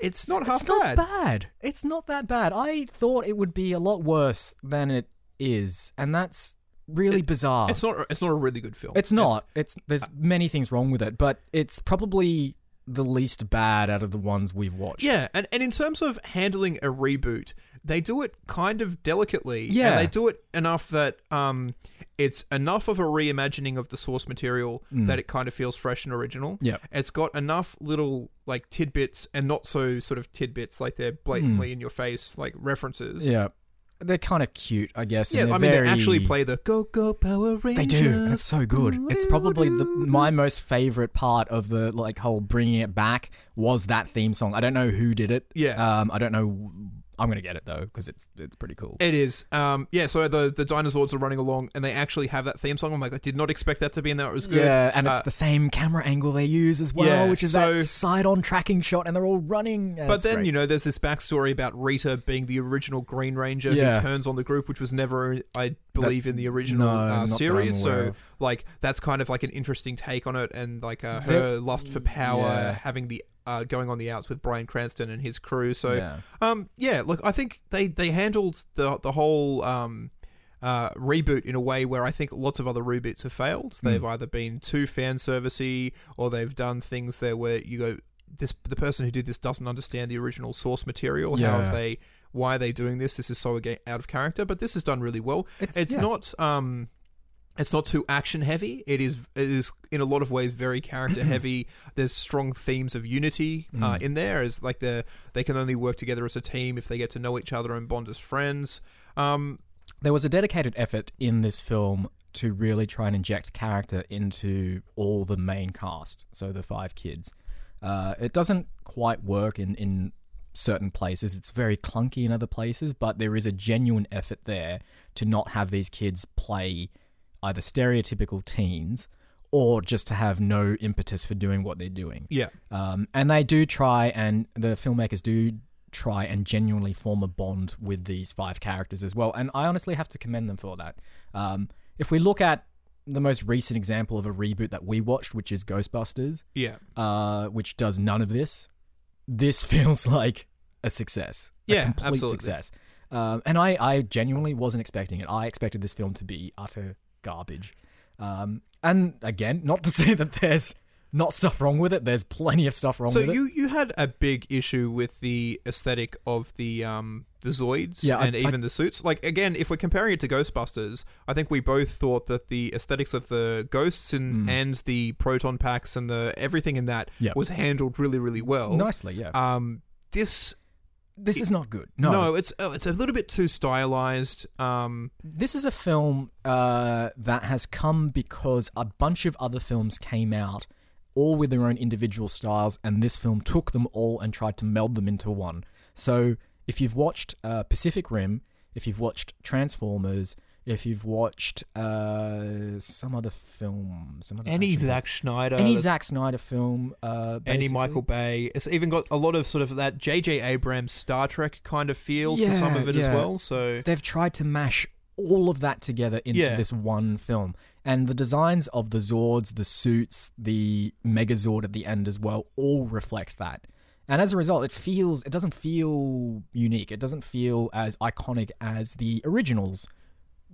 S1: it's not half
S2: it's not
S1: bad.
S2: bad. It's not that bad. I thought it would be a lot worse than it is, and that's really bizarre.
S1: It's not. It's not a really good film.
S2: It's not. It's, there's many things wrong with it, but it's probably the least bad out of the ones we've watched.
S1: yeah, and and in terms of handling a reboot, they do it kind of delicately.
S2: Yeah.
S1: and they do it enough that um, it's enough of a reimagining of the source material
S2: Mm.
S1: that it kind of feels fresh and original.
S2: Yep.
S1: it's got enough little like tidbits and not so sort of tidbits like they're blatantly in your face like references.
S2: Hmm. Yeah. They're kind of cute, I guess. and
S1: Yeah,
S2: they're
S1: I mean
S2: very-
S1: they actually play the Go Go Power Rangers.
S2: They do, and it's so good. It's probably the my most favorite part of the like whole bringing it back was that theme song. I don't know who did it.
S1: Yeah.
S2: Um, I don't know. I'm gonna get it though because it's it's pretty cool.
S1: It is. Um, yeah, so the the dinosaurs are running along and they actually have that theme song. I'm like, I did not expect that to be in there. It was good.
S2: Yeah, and it's
S1: Uh,
S2: the same camera angle they use as well,
S1: Yeah,
S2: which is
S1: so-
S2: that side-on tracking shot, and they're all running.
S1: but then, you know, there's this backstory about Rita being the original Green Ranger
S2: Yeah.
S1: who turns on the group, which was never, I believe, in the original
S2: no,
S1: uh,
S2: not that I'm
S1: series.
S2: aware
S1: So,
S2: of.
S1: like, that's kind of like an interesting take on it and, like, uh, her lust for power,
S2: yeah.
S1: having the. Uh, going on the outs with Brian Cranston and his crew, so
S2: Yeah.
S1: um, yeah. Look, I think they they handled the the whole um, uh, reboot in a way where I think lots of other reboots have failed. They've either been too fan servicey or they've done things there where you go, this the person who did this doesn't understand the original source material. How
S2: Yeah.
S1: have they? Why are they doing this? This is so aga- out of character. But this is done really well. It's,
S2: It's- yeah.
S1: not. Um, it's not too action heavy. It is it is in a lot of ways very character heavy. There's strong themes of unity
S2: Mm.
S1: uh, in there. Is like the they can only work together as a team if they get to know each other and bond as friends. Um,
S2: there was a dedicated effort in this film to really try and inject character into all the main cast, so the five kids. Uh, it doesn't quite work in, in certain places. It's very clunky in other places, but there is a genuine effort there to not have these kids play either stereotypical teens or just to have no impetus for doing what they're doing.
S1: yeah,
S2: Um, and they do try, and the filmmakers do try and genuinely form a bond with these five characters as well. And I honestly have to commend them for that. Um, if we look at the most recent example of a reboot that we watched, which is Ghostbusters,
S1: yeah.
S2: uh, which does none of this, this feels like a success. A
S1: Yeah,
S2: complete
S1: absolutely.
S2: success. Um, and I, I genuinely wasn't expecting it. I expected this film to be utter garbage. Um, and again, not to say that there's not stuff wrong with it. There's plenty of stuff wrong
S1: So
S2: with it.
S1: you you had a big issue with the aesthetic of the um the Zoids
S2: Yeah, I-
S1: and
S2: I-
S1: even the suits. Like again, if we're comparing it to Ghostbusters, I think we both thought that the aesthetics of the ghosts and and the proton packs and the everything in that
S2: Mm. Yeah.
S1: was handled really really well.
S2: Nicely, yeah.
S1: Um, this
S2: this is not good.
S1: no,
S2: No,
S1: it's oh, it's a little bit too stylized. Um,
S2: this is a film uh, that has come because a bunch of other films came out all with their own individual styles, and this film took them all and tried to meld them into one. So if you've watched uh, Pacific Rim, if you've watched Transformers, if you've watched uh, some other film, some other
S1: Any
S2: action film-
S1: Zack Schneider,
S2: any
S1: that's-
S2: Zack Snyder film, uh,
S1: any
S2: basically.
S1: Michael Bay. It's even got a lot of sort of that J.J. Abrams Star Trek kind of feel
S2: Yeah,
S1: to some of it as
S2: yeah.
S1: well. So
S2: they've tried to mash all of that together into
S1: Yeah.
S2: this one film. And the designs of the Zords, the suits, the Megazord at the end as well, all reflect that. And as a result, it feels it doesn't feel unique. It doesn't feel as iconic as the originals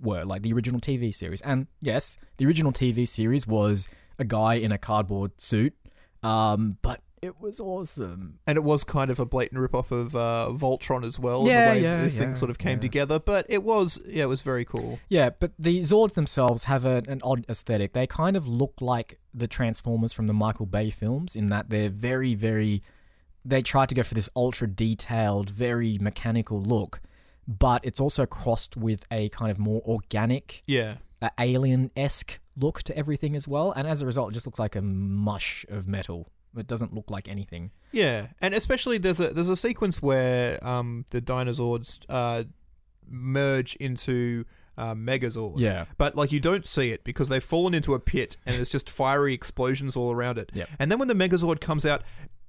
S2: were, like the original TV series. And yes, the original TV series was a guy in a cardboard suit, um, but it was awesome.
S1: and it was kind of a blatant ripoff of uh, Voltron as well.
S2: Yeah,
S1: the way
S2: yeah,
S1: this
S2: yeah,
S1: thing sort of came
S2: yeah.
S1: together, but it was yeah, it was very cool.
S2: Yeah, but the Zords themselves have a, an odd aesthetic. They kind of look like the Transformers from the Michael Bay films in that they're very, very. They try to go for this ultra detailed, very mechanical look, but it's also crossed with a kind of more organic,
S1: Yeah,
S2: uh, alien esque look to everything as well. And as a result, it just looks like a mush of metal. It doesn't look like anything.
S1: yeah, and especially there's a there's a sequence where um, the dinosaurs uh, merge into uh, Megazord.
S2: Yeah.
S1: But like you don't see it because they've fallen into a pit and there's just fiery explosions all around it.
S2: Yep.
S1: And then when the Megazord comes out,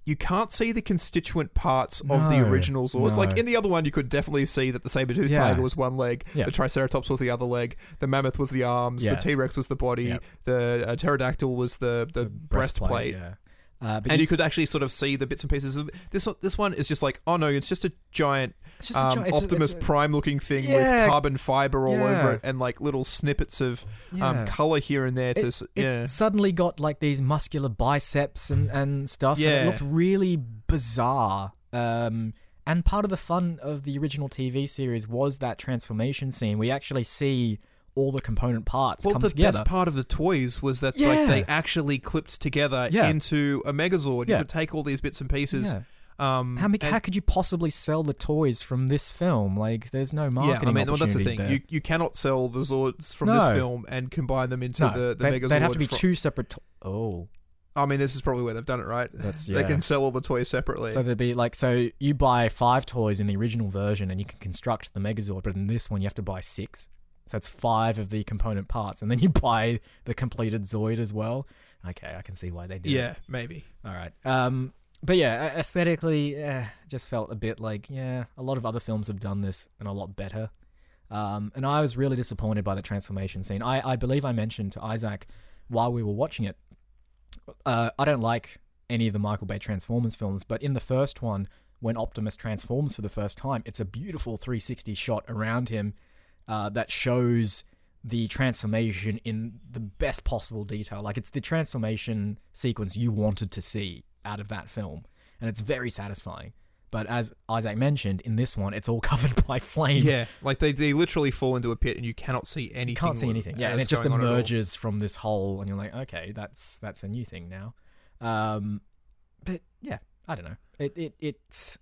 S1: you can't see the constituent parts of the
S2: No,
S1: original Zords.
S2: no.
S1: Like in the other one, you could definitely see that the saber-toothed
S2: Yeah.
S1: tiger was one leg,
S2: Yeah.
S1: the Triceratops was the other leg, the mammoth was the arms,
S2: Yeah.
S1: the T-Rex was the body,
S2: Yep.
S1: the uh, pterodactyl was the the, breastplate.
S2: yeah. Uh, but
S1: And
S2: you-
S1: you could actually sort of see the bits and pieces of this. one- This one is just like, oh no, it's just a giant
S2: it's just a
S1: um,
S2: gi- it's a-
S1: Optimus
S2: it's a-
S1: Prime looking thing
S2: Yeah.
S1: with carbon fiber all
S2: Yeah.
S1: over it and like little snippets of
S2: yeah.
S1: um, color here and there to s
S2: it
S1: yeah.
S2: suddenly got like these muscular biceps and, and stuff. And
S1: Yeah.
S2: it looked really bizarre. Um, and part of the fun of the original TV series was that transformation scene. We actually see all the component parts
S1: Well,
S2: come
S1: the
S2: together.
S1: best part of the toys was that
S2: Yeah.
S1: like they actually clipped together
S2: Yeah.
S1: into a Megazord.
S2: Yeah.
S1: You could take all these bits and pieces.
S2: Yeah.
S1: Um,
S2: How, ma-
S1: and-
S2: how could you possibly sell the toys from this film? Like, there's no
S1: yeah,
S2: marketing.
S1: I mean, well, that's the
S2: opportunity
S1: thing.
S2: there.
S1: You you cannot sell the Zords from this
S2: No.
S1: film and combine them into
S2: no,
S1: the, the
S2: they,
S1: Megazord.
S2: would have to be
S1: fro-
S2: two separate. To- oh,
S1: I mean, this is probably where they've done it right.
S2: that's yeah.
S1: They can sell all the toys separately.
S2: So there'd be like, so you buy five toys in the original version and you can construct the Megazord, but in this one you have to buy six. So that's five of the component parts, and then you buy the completed Zoid as well. Okay, I can see why they did. it.
S1: yeah, maybe.
S2: All right. Um, but yeah, a- aesthetically, eh, just felt a bit like yeah. A lot of other films have done this and a lot better. Um, and I was really disappointed by the transformation scene. I, I believe I mentioned to Isaac while we were watching it. Uh, I don't like any of the Michael Bay Transformers films, but in the first one, when Optimus transforms for the first time, it's a beautiful 360 shot around him uh, that shows the transformation in the best possible detail. Like it's the transformation sequence you wanted to see out of that film, and it's very satisfying. But as Isaac mentioned, in this one, it's all covered by flame.
S1: Yeah, like they, they literally fall into a pit and you cannot see anything.
S2: you can't see anything. Yeah, and
S1: that's
S2: it just
S1: going on at all.
S2: emerges from this hole, and you're like, okay, that's that's a new thing now. Um, but yeah, I don't know. It it it's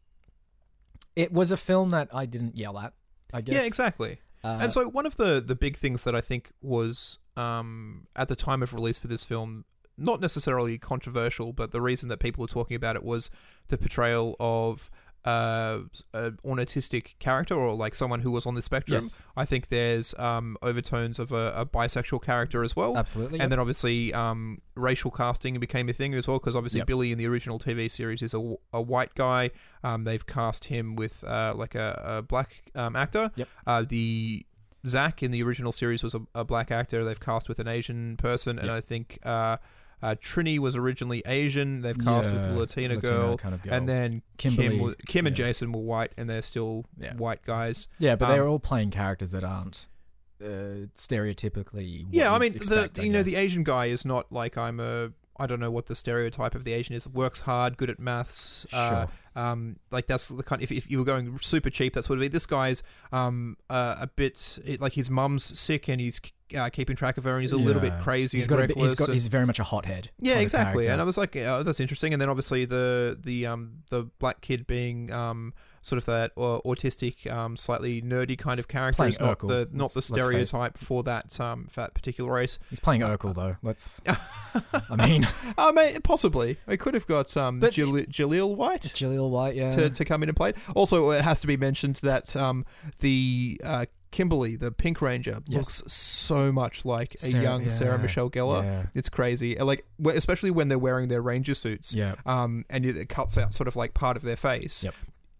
S2: it was a film that I didn't yell at. I guess.
S1: Yeah, exactly.
S2: Uh,
S1: and so one of the the big things that I think was um, at the time of release for this film, not necessarily controversial, but the reason that people were talking about it was the portrayal of uh, an autistic character or like someone who was on the spectrum.
S2: yes,
S1: I think there's um, overtones of a, a bisexual character as well.
S2: absolutely.
S1: Oh, And then obviously, um, racial casting became a thing as well because obviously
S2: Yep.
S1: Billy in the original TV series is a, w- a white guy. Um, they've cast him with uh, like a, a black um, actor.
S2: Yep.
S1: Uh, the Zach in the original series was a, a black actor. They've cast with an Asian person, and
S2: Yep.
S1: I think uh, uh, Trini was originally Asian. They've cast with a
S2: Yeah,
S1: Latina, girl.
S2: kind of girl.
S1: And then
S2: Kimberly,
S1: Kim, was, Kim and
S2: yeah.
S1: Jason were white, and they're still
S2: Yeah.
S1: white guys.
S2: Yeah, but
S1: Um,
S2: they're all playing characters that aren't uh, stereotypically. what
S1: Yeah, I
S2: you'd
S1: mean,
S2: expect,
S1: the
S2: I
S1: you know the
S2: guess.
S1: Asian guy is not like I'm a I don't know what the stereotype of the Asian is. Works hard, good at maths. Uh,
S2: Sure.
S1: um, like that's the kind. If, if you were going super cheap, that's what it'd be. This guy's um uh, a bit it, like his eh, mum's sick and he's uh, keeping track of her, and he's a little bit
S2: Yeah.
S1: crazy
S2: He's
S1: and
S2: got a bit,
S1: reckless.
S2: he's got
S1: and-
S2: he's very much a hothead.
S1: yeah,
S2: kind of
S1: exactly.
S2: character.
S1: And I was like, oh, that's interesting. And then obviously the the um the black kid being um sort of that uh, autistic, um slightly nerdy kind of character
S2: Plain
S1: is not
S2: Urkel.
S1: the not
S2: Let's-
S1: the
S2: let's face it.
S1: stereotype for that um for that particular race.
S2: He's playing Urkel though. Let's. I mean,
S1: Um, possibly I could have got um
S2: But- Uh-huh.
S1: Jale- Jaleel White.
S2: Jaleel White. Yeah.
S1: to, to come in and play it. Also, it has to be mentioned that um, the uh, Kimberly, the Pink Ranger,
S2: Yes.
S1: looks so much like a
S2: Sarah-
S1: young Sarah
S2: yeah,
S1: Michelle Gellar.
S2: yeah.
S1: It's crazy, And, like wh- especially when they're wearing their ranger suits.
S2: Yeah.
S1: Um, and it cuts out sort of like part of their face.
S2: Yep.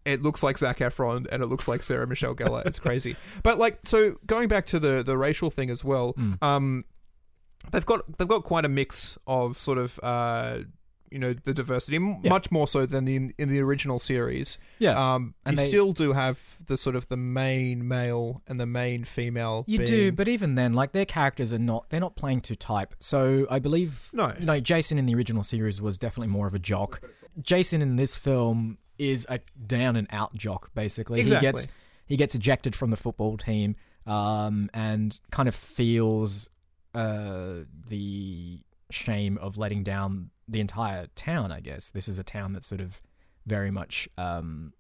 S1: It looks like Zach Efron and it looks like Sarah Michelle Gellar. It's crazy. But like, so going back to the the racial thing as well.
S2: Mm.
S1: Um, they've got they've got quite a mix of sort of. Uh, you know the diversity, m
S2: Yeah.
S1: much more so than the in the original series.
S2: Yeah.
S1: Um,
S2: And
S1: you
S2: they-
S1: still do have the sort of the main male and the main female.
S2: You
S1: being-
S2: do, but even then, like their characters are not they're not playing to type. So I believe
S1: No.
S2: you know, Jason in the original series was definitely more of a jock. Jason in this film is a down and out jock, basically.
S1: Exactly.
S2: He gets he gets ejected from the football team, um, and kind of feels uh the shame of letting down the entire town, I guess. This is a town that's sort of very much um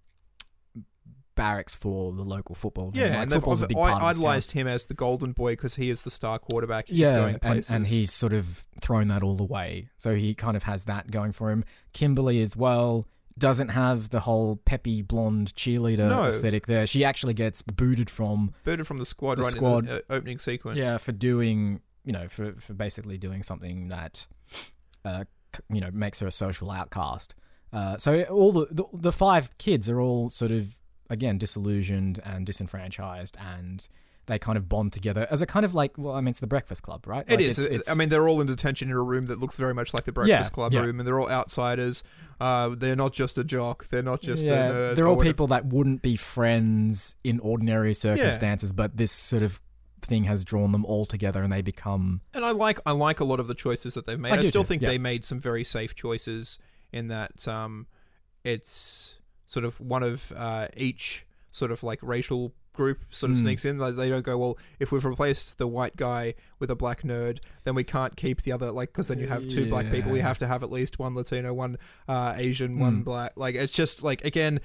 S2: barracks for the local football team.
S1: yeah,
S2: like
S1: and they've
S2: football's a big part
S1: I
S2: of this town.
S1: idolized him as the golden boy because he is the star quarterback. He's
S2: Yeah,
S1: going
S2: and,
S1: places.
S2: and he's sort of thrown that all away. So he kind of has that going for him. Kimberly as well doesn't have the whole peppy blonde cheerleader
S1: No.
S2: aesthetic there. She actually gets booted from
S1: booted from the squad
S2: the
S1: right
S2: squad.
S1: in the uh, opening sequence.
S2: yeah for doing you know for for basically doing something that uh c- you know makes her a social outcast. Uh, so all the, the the five kids are all sort of again disillusioned and disenfranchised and. They kind of bond together as a kind of like, well, I mean, it's the Breakfast Club, right?
S1: It is. I mean, they're all in detention in a room that looks very much like the Breakfast Club
S2: yeah.
S1: room, and they're all outsiders. Uh, they're not just a jock. They're not just uh,
S2: yeah,
S1: a nerd.
S2: they're
S1: or
S2: all
S1: whatever.
S2: people that wouldn't be friends in ordinary circumstances, but this sort of thing has drawn them all together, and they become
S1: And I like I like a lot of the choices that they've made.
S2: I
S1: I,
S2: do
S1: still
S2: too,
S1: think
S2: yeah.
S1: they made some very safe choices in that um, it's sort of one of uh, each sort of like racial group sort of
S2: Mm.
S1: sneaks in. Like they don't go well. If we've replaced the white guy with a black nerd, then we can't keep the other like because then you have two black people. You
S2: Yeah.
S1: have to have at least one Latino, one uh, Asian, one
S2: Mm.
S1: black. Like it's just like again.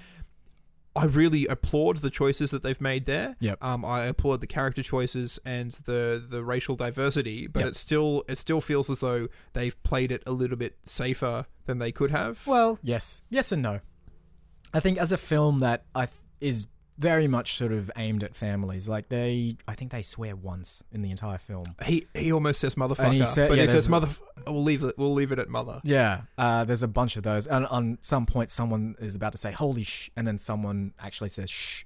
S1: I really applaud the choices that they've made there.
S2: Yep.
S1: Um, I applaud the character choices and the the racial diversity, but
S2: Yep.
S1: it still it still feels as though they've played it a little bit safer than they could have.
S2: Well, yes, yes and no. I think as a film that I th- is very much sort of aimed at families, like they, I think they swear once in the entire film.
S1: he he almost says motherfucker,
S2: And he said-
S1: but
S2: yeah,
S1: he says
S2: there's-
S1: mother. We'll leave it. We'll leave it at mother.
S2: Yeah, uh, there's a bunch of those, and on some point, someone is about to say "holy sh," and then someone actually says "shh"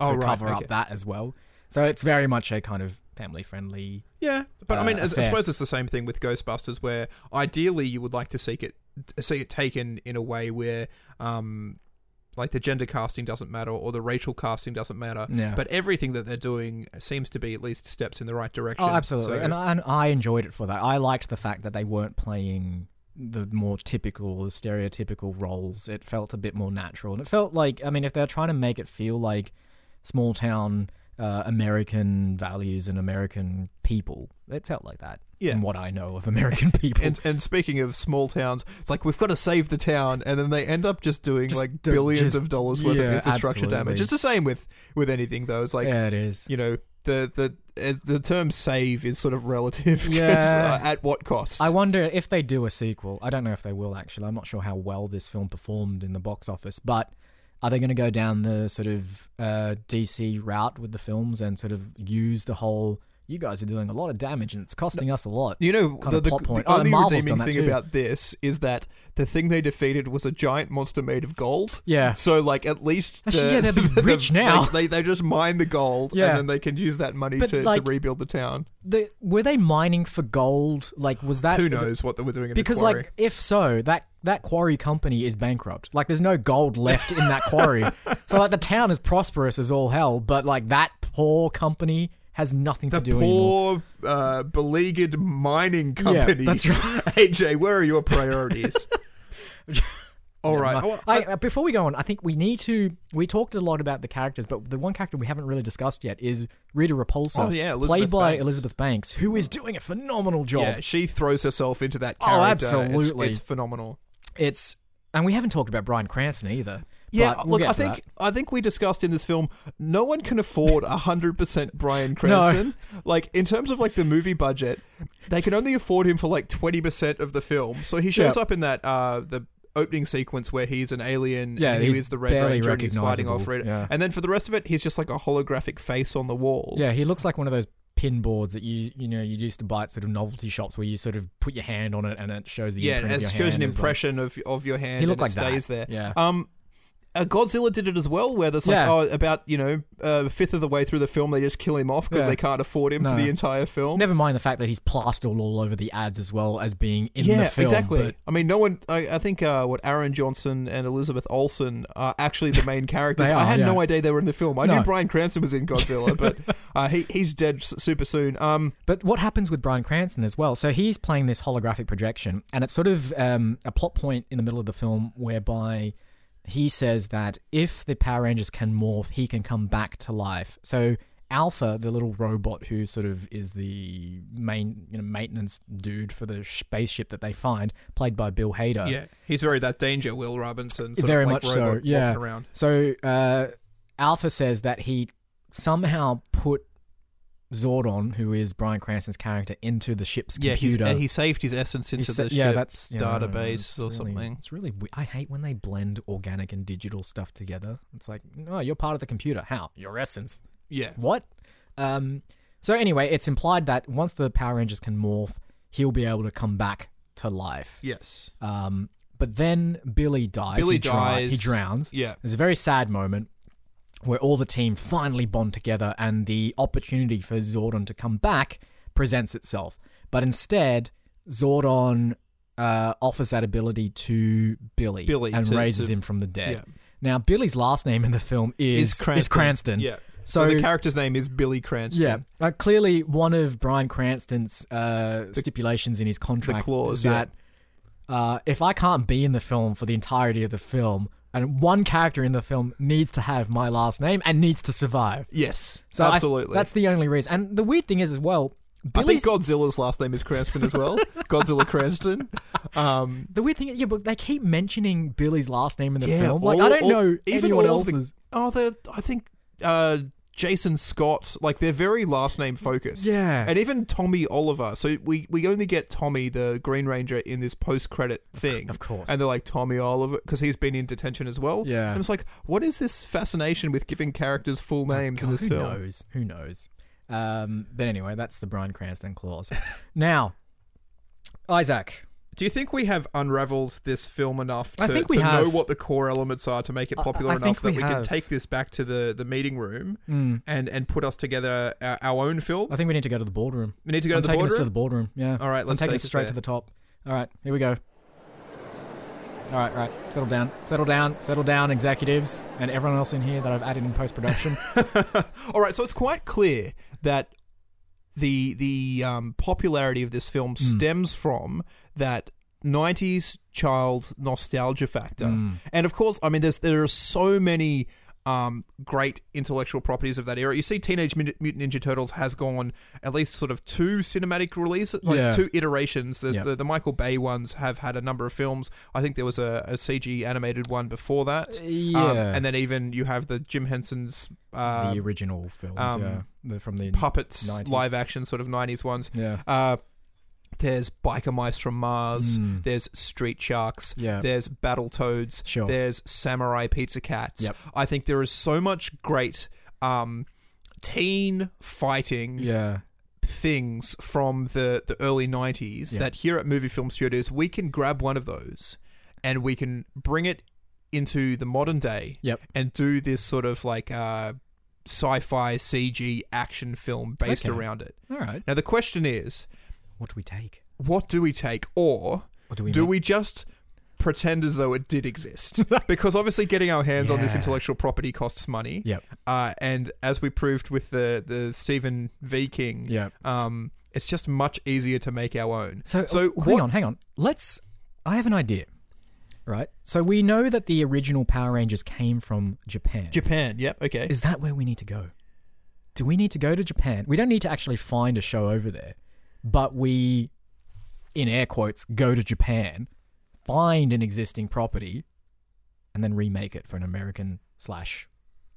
S2: to
S1: Oh, right,
S2: cover
S1: okay.
S2: up that as well. So it's very much a kind of family-friendly
S1: Yeah, but I
S2: Uh,
S1: mean, I, I
S2: fair.
S1: suppose it's the same thing with Ghostbusters, where ideally you would like to seek it see it taken in a way where, um, like the gender casting doesn't matter or the racial casting doesn't matter.
S2: Yeah.
S1: But everything that they're doing seems to be at least steps in the right direction.
S2: Oh, absolutely.
S1: So-
S2: And, I, and I enjoyed it for that. I liked the fact that they weren't playing the more typical, stereotypical roles. It felt a bit more natural. And it felt like, I mean, if they're trying to make it feel like small town uh, American values and American people, it felt like that.
S1: Yeah.
S2: In what I know of American people.
S1: And and speaking of small towns, it's like we've got to save the town, and then they end up just doing
S2: Just
S1: like
S2: do-
S1: billions
S2: just-
S1: of dollars worth of
S2: yeah,
S1: infrastructure damage.
S2: absolutely.
S1: It's the same with with anything though. It's like
S2: yeah, it is.
S1: you know the the uh, the term save is sort of relative. 'cause,
S2: Yeah.
S1: uh, at what cost?
S2: I wonder if they do a sequel. I don't know if they will actually. I'm not sure how well this film performed in the box office, but are they going to go down the sort of uh, DC route with the films and sort of use the whole? You guys are doing a lot of damage and it's costing us a lot.
S1: you know
S2: Kind
S1: the,
S2: of
S1: the,
S2: plot
S1: the
S2: point. Oh, and
S1: only
S2: Marvel's
S1: redeeming
S2: done that
S1: thing
S2: too.
S1: about this is that the thing they defeated was a giant monster made of gold.
S2: Yeah.
S1: So like at least
S2: Actually,
S1: the-
S2: yeah, they'll be
S1: the-
S2: rich now.
S1: They, they they just mine the gold
S2: Yeah.
S1: and then they can use that money
S2: But,
S1: to,
S2: like,
S1: to rebuild the town.
S2: The, were they mining for gold? Like, was that
S1: Who knows what they were doing in
S2: Because
S1: the quarry.
S2: like, if so, that that quarry company is bankrupt. Like, there's no gold left in that quarry. so like, the town is prosperous as all hell, but like that poor company has nothing
S1: The
S2: to do anymore.
S1: poor, uh, beleaguered mining
S2: Yeah,
S1: companies.
S2: that's
S1: AJ, where are your priorities? All right.
S2: Never
S1: Well,
S2: mind. I, uh, before we go on, I think we need to. We talked a lot about the characters, but the one character we haven't really discussed yet is Rita Repulsa,
S1: Oh, yeah, Elizabeth
S2: played by
S1: Banks.
S2: Elizabeth Banks, who is doing a phenomenal job.
S1: Yeah, she throws herself into that
S2: Oh,
S1: character. It's-
S2: absolutely.
S1: it's phenomenal.
S2: It's and we haven't talked about Brian Cranston either.
S1: Yeah,
S2: but we'll
S1: look,
S2: get
S1: I
S2: to
S1: think
S2: that.
S1: I think we discussed in this film, no one can afford hundred percent Brian Cranston. Like in terms of like the movie budget, they can only afford him for like twenty percent of the film. So he shows
S2: Yeah.
S1: up in that uh the opening sequence where he's an alien
S2: Yeah,
S1: and he
S2: he's
S1: is the Red
S2: barely
S1: Ranger and he's fighting off
S2: recognisable,
S1: Red.
S2: yeah.
S1: And then for the rest of it, he's just like a holographic face on the wall.
S2: Yeah, he looks like one of those pin boards that you you know you used to buy at sort of novelty shops where you sort of put your hand on it and it shows the
S1: yeah,
S2: imprint of
S1: it
S2: your
S1: shows an
S2: hand as, like-
S1: impression of of your hand.
S2: He looked
S1: and
S2: like
S1: it
S2: that.
S1: stays there.
S2: Yeah.
S1: Um, uh, Godzilla did it as well, where there's like,
S2: Yeah.
S1: oh, about you know, uh, a fifth of the way through the film, they just kill him off because
S2: Yeah.
S1: they can't afford him
S2: No.
S1: for the entire film.
S2: Never mind the fact that he's plastered all over the ads as well as being in
S1: yeah,
S2: the film.
S1: exactly.
S2: but
S1: I mean, no one. I, I think uh, what Aaron Johnson and Elizabeth Olsen are actually the main characters.
S2: They
S1: I
S2: are,
S1: had no
S2: yeah.
S1: idea they were in the film. I
S2: No.
S1: knew Brian Cranston was in Godzilla, but uh, he he's dead s- super soon. Um,
S2: But what happens with Brian Cranston as well? So he's playing this holographic projection, and it's sort of um, a plot point in the middle of the film whereby he says that if the Power Rangers can morph, he can come back to life. So Alpha, the little robot who sort of is the main you know, maintenance dude for the spaceship that they find, played by Bill Hader.
S1: yeah, he's very that danger Will Robinson, sort
S2: Very
S1: of like
S2: much so,
S1: robot
S2: yeah.
S1: walking around.
S2: So uh, Alpha says that he somehow put Zordon, who is Brian Cranston's character, into the ship's
S1: Yeah, he's,
S2: computer.
S1: uh, he saved his essence into
S2: He said-
S1: the
S2: yeah,
S1: ship
S2: that's you know,
S1: database
S2: it's
S1: or
S2: really-
S1: something.
S2: It's really we- I hate when they blend organic and digital stuff together. It's like no, you're part of the computer. How your essence?
S1: Yeah,
S2: What? Um. So anyway, it's implied that once the Power Rangers can morph, he'll be able to come back to life.
S1: yes,
S2: Um. But then Billy dies.
S1: Billy
S2: He drow-
S1: dies.
S2: he drowns.
S1: yeah.
S2: There's a very sad moment where all the team finally bond together and the opportunity for Zordon to come back presents itself. But instead, Zordon uh, offers that ability to Billy,
S1: Billy,
S2: and
S1: to-
S2: raises
S1: to-
S2: him from the dead.
S1: yeah.
S2: Now, Billy's last name in the film is, is Cranston.
S1: Yeah. So,
S2: So-
S1: the character's name is Billy Cranston.
S2: Yeah, uh, clearly one of Brian Cranston's uh, stipulations in his contract
S1: clause,
S2: is that uh, if I can't be in the film for the entirety of the film, and one character in the film needs to have my last name and needs to survive.
S1: Yes.
S2: So I-
S1: absolutely.
S2: that's the only reason. And the weird thing is as well,
S1: I think
S2: Billy's,
S1: Godzilla's last name is Cranston as well. Godzilla Cranston. Um,
S2: the weird thing, yeah, but they keep mentioning Billy's last name in the
S1: yeah,
S2: film. Like I
S1: all-
S2: don't
S1: all-
S2: know
S1: even
S2: anyone
S1: all of the-
S2: else's.
S1: oh, they're, I think uh, Jason Scott, like they're very last name focused.
S2: Yeah.
S1: And even Tommy Oliver. So we, we only get Tommy, the Green Ranger, in this post credit thing.
S2: of course.
S1: And they're like, Tommy Oliver, because he's been in detention as well.
S2: Yeah.
S1: And it's like, what is this fascination with giving characters full names in
S2: God,
S1: this
S2: who
S1: film?
S2: knows? Who knows? Um, but anyway, that's the Brian Cranston clause. now, Isaac.
S1: Do you think we have unraveled this film enough to,
S2: I think we
S1: to
S2: have.
S1: know what the core elements are to make it
S2: I-
S1: popular
S2: I
S1: enough
S2: think
S1: that
S2: we
S1: we, can
S2: have.
S1: take this back to the, the meeting room
S2: Mm.
S1: and, and put us together our, our own film?
S2: I think we need to go to the boardroom.
S1: We need to go
S2: I'm
S1: to the
S2: taking us
S1: boardroom.
S2: to the boardroom. Yeah.
S1: All right, let's
S2: I'm taking
S1: take
S2: us
S1: it
S2: straight
S1: there.
S2: to the top. All right, here we go. All right, right. Settle down. Settle down. Settle down, executives, and everyone else in here that I've added in post production.
S1: All right, so it's quite clear that the the um, popularity of this
S2: Hmm.
S1: film stems from that. 90s child nostalgia factor.
S2: Hmm.
S1: And of course, I mean there's there are so many um, great intellectual properties of that era. You see Teenage Mut- Mutant Ninja Turtles has gone at least sort of two cinematic releases, like
S2: Yeah.
S1: two iterations. There's
S2: Yep.
S1: the, the Michael Bay ones have had a number of films. I think there was a, a CG animated one before that. Um,
S2: Uh, yeah.
S1: and then even you have the Jim Henson's uh,
S2: the original films,
S1: um,
S2: yeah, the, from the
S1: puppets
S2: 90s.
S1: live action sort of 90s ones
S2: yeah,
S1: uh, there's biker mice from mars there's street sharks
S2: Hmm. Yeah.
S1: there's battle toads
S2: Sure.
S1: there's samurai pizza cats
S2: Yep.
S1: i think there is so much great um, teen fighting
S2: yeah.
S1: things from the, the early 90s
S2: Yeah.
S1: that here at movie film studios we can grab one of those and we can bring it into the modern day
S2: Yep.
S1: and do this sort of like uh, sci-fi cg action film based
S2: Okay.
S1: around it
S2: All right.
S1: now the question is
S2: What do we take?
S1: what do we take or
S2: What do we
S1: do
S2: make?
S1: we just pretend as though it did exist because obviously getting our hands on this
S2: Yeah.
S1: intellectual property costs money
S2: Yep.
S1: uh, and as we proved with the the Stephen V King
S2: Yeah.
S1: um, it's just much easier to make our own.
S2: So, oh,
S1: so
S2: hang
S1: what-
S2: on, hang on. Let's. I have an idea. right? So we know that the original Power Rangers came from Japan.
S4: Japan. Yep. Okay.
S2: Is that where we need to go? Do we need to go to Japan? We don't need to actually find a show over there, but we, in air quotes, go to Japan, find an existing property, and then remake it for an American slash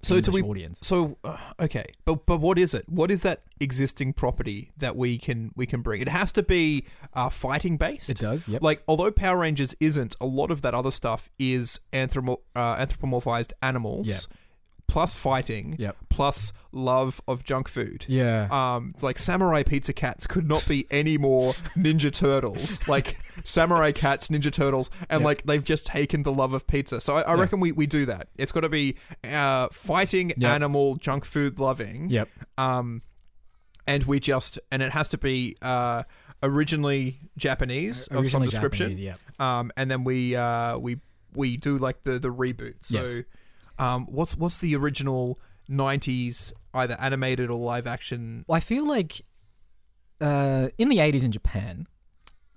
S4: so
S2: English
S4: do we?
S2: audience.
S4: So uh, okay, but but what is it? What is that existing property that we can we can bring? It has to be uh, fighting based.
S2: It does. Yep.
S1: Like, although Power Rangers isn't, a lot of that other stuff is anthromo- uh, anthropomorphized animals,
S2: Yeah.
S1: plus fighting,
S2: Yep.
S1: plus love of junk food.
S2: Yeah.
S1: Um, it's like samurai pizza cats could not be any more Ninja Turtles. Like samurai cats, Ninja Turtles, and
S2: Yep.
S1: like they've just taken the love of pizza. So I, I reckon we, we do that. It's got to be uh, fighting
S2: Yep.
S1: animal junk food loving
S2: yep.
S1: um, and we just and it has to be uh, originally Japanese of some
S2: Originally
S1: description,
S2: Japanese, yep.
S1: um, and then we uh, we we do like the the reboot. So,
S2: Yes.
S1: um, what's what's the original '90s either animated or live action?
S2: Well, I feel like uh, in the 80s in Japan,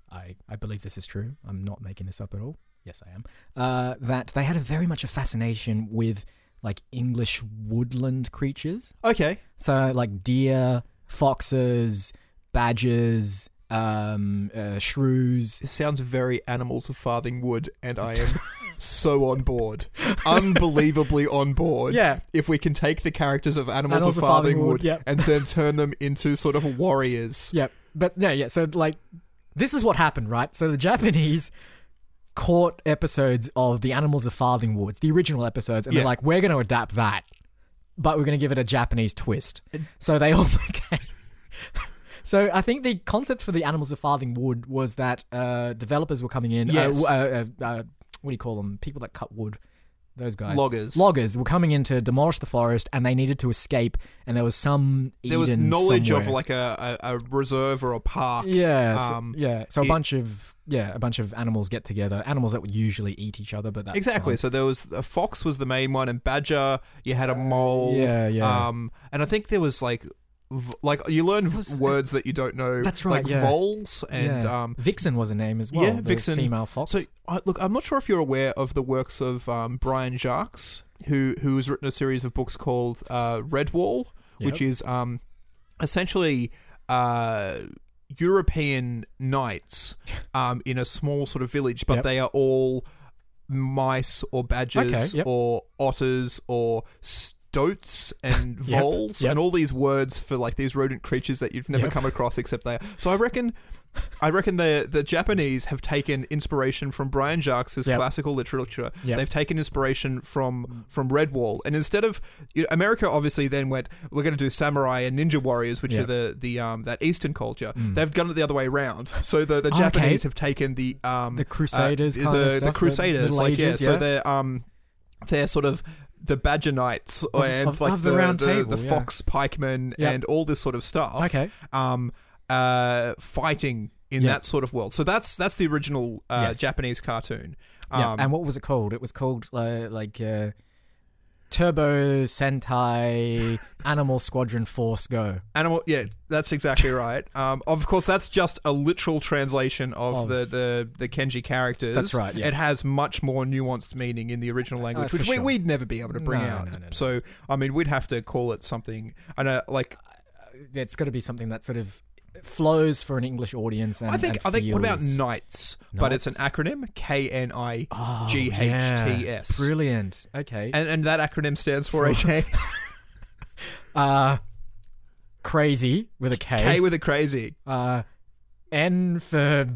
S2: I, I believe this is true. I'm not making this up at all. Yes, I am. Uh, that they had a very much a fascination with like English woodland creatures.
S4: Okay.
S2: So like deer, foxes, badgers, um, uh, shrews.
S1: This sounds very Animals of Farthing Wood, and I am. So on board, unbelievably on board.
S2: Yeah.
S1: If we can take the characters of Animals,
S2: Animals
S1: of
S2: of
S1: Farthing,
S2: Farthing Wood,
S1: Wood
S2: yep.
S1: and then turn them into sort of warriors.
S2: Yeah, but yeah, yeah. So like, this is what happened, right? So the Japanese caught episodes of the Animals of Farthing Woods, the original episodes, and
S1: Yeah.
S2: they're like, we're going to adapt that, but we're going to give it a Japanese twist.
S1: Uh,
S2: So they all became. So I think the concept for the Animals of Farthing Wood was that uh, developers were coming in. uh,
S4: Yes.
S2: w- Uh, uh, uh, what do you call them? People that cut wood. Those guys.
S1: Loggers.
S2: Loggers were coming in to demolish the forest, and they needed to escape. And there was some.
S1: there was
S2: Eden
S1: knowledge of
S2: somewhere.
S1: like a, a, a reserve or a park.
S2: Yeah, so-
S1: Um,
S2: yeah. So a
S1: it-
S2: bunch of yeah, a bunch of animals get together. Animals that would usually eat each other, but that's
S1: Exactly. So there was a fox was the main one, and badger. You had a mole.
S2: Uh, yeah, yeah.
S1: Um, and I think there was like, v- like you learn v-
S2: was-
S1: words that you don't know.
S2: That's right,
S1: Like
S2: yeah.
S1: voles
S2: fine.
S1: and
S2: Yeah.
S1: um.
S2: Vixen was a name as well.
S1: yeah,
S2: the
S1: Vixen.
S2: female fox.
S1: So I look, I'm not sure if you're aware of the works of um, Brian Jacques, who who has written a series of books called uh, Redwall, which is um, essentially uh, European knights um, in a small sort of village, but
S2: Yep.
S1: they are all mice or badgers
S2: Okay, yep.
S1: or otters or stoats and
S2: Yep,
S1: voles
S2: yep.
S1: and all these words for like these rodent creatures that you've never
S2: Yep.
S1: come across except they are. So I reckon I reckon the the Japanese have taken inspiration from Brian Jacques'
S2: Yep.
S1: classical literature.
S2: Yep.
S1: They've taken inspiration from from Redwall, and instead of you know, America, obviously, then went we're going to do samurai and ninja warriors, which are
S2: Yep. Mm.
S1: the the um, that Eastern culture. They've done it the other way around. So the, the
S2: Okay.
S1: Japanese have taken the um,
S2: The Crusaders
S1: uh,
S2: kind
S1: the,
S2: of
S1: the
S2: stuff, the
S1: Crusaders,
S2: Middle
S1: like
S2: Ages,
S1: yeah, So
S2: yeah.
S1: they're um, they're sort of the Badger Knights and
S2: of-
S1: like
S2: of
S1: the
S2: the Round
S1: the,
S2: Table,
S1: the
S2: yeah.
S1: Fox Pikemen
S2: Yep.
S1: and all this sort of stuff
S2: Okay.
S1: um, uh, fighting in
S2: Yeah.
S1: that sort of world. So that's that's the original uh,
S2: Yes.
S1: Japanese cartoon.
S2: yeah.
S1: Um,
S2: and what was it called? It was called uh, like uh, Turbo Sentai Animal Squadron Force Go.
S1: animal, yeah, that's exactly right. Um, of course, that's just a literal translation of,
S2: Of-
S1: the, the the Kenji characters.
S2: That's right, yeah. Uh,
S1: It has much more nuanced meaning in the original language,
S2: for
S1: which we,
S2: sure.
S1: we'd never be able to bring
S2: No,
S1: out.
S2: no, no, no.
S1: So, I mean, we'd have to call it something. I know, like,
S2: It's got to be something that sort of flows for an English audience. And,
S1: I think,
S2: and
S1: I think. What about
S2: feels-
S1: knights? But it's an
S2: Knights?
S1: acronym: K N I
S2: Oh,
S1: G H T
S2: yeah.
S1: S.
S2: Brilliant. Okay.
S1: And, and that acronym stands for a
S2: uh, crazy with a K.
S1: K with a crazy.
S2: uh, N for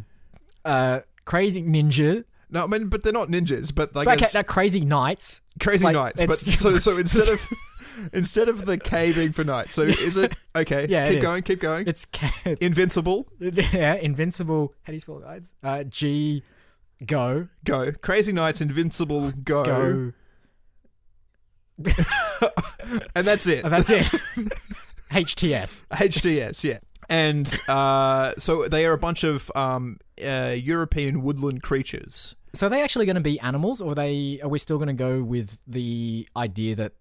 S2: uh, crazy ninja.
S1: No, I mean, but they're not ninjas, but like
S2: Okay,
S1: it's
S2: no, crazy knights.
S1: crazy
S2: like,
S1: knights. But
S2: it's-
S1: so so instead of instead of the K being for knight, so is it okay?
S2: Yeah, it
S1: keep
S2: is.
S1: going, keep going.
S2: It's K-
S1: Invincible,
S2: yeah, invincible. How do you spell knights? Uh, G, go,
S1: go. Crazy knights, invincible, go,
S2: go.
S1: and that's it.
S2: And Oh, that's it. HTS.
S1: HDS, yeah. And uh, so they are a bunch of um, uh, European woodland creatures.
S2: So are they actually going to be animals, or are they are we still going to go with the idea that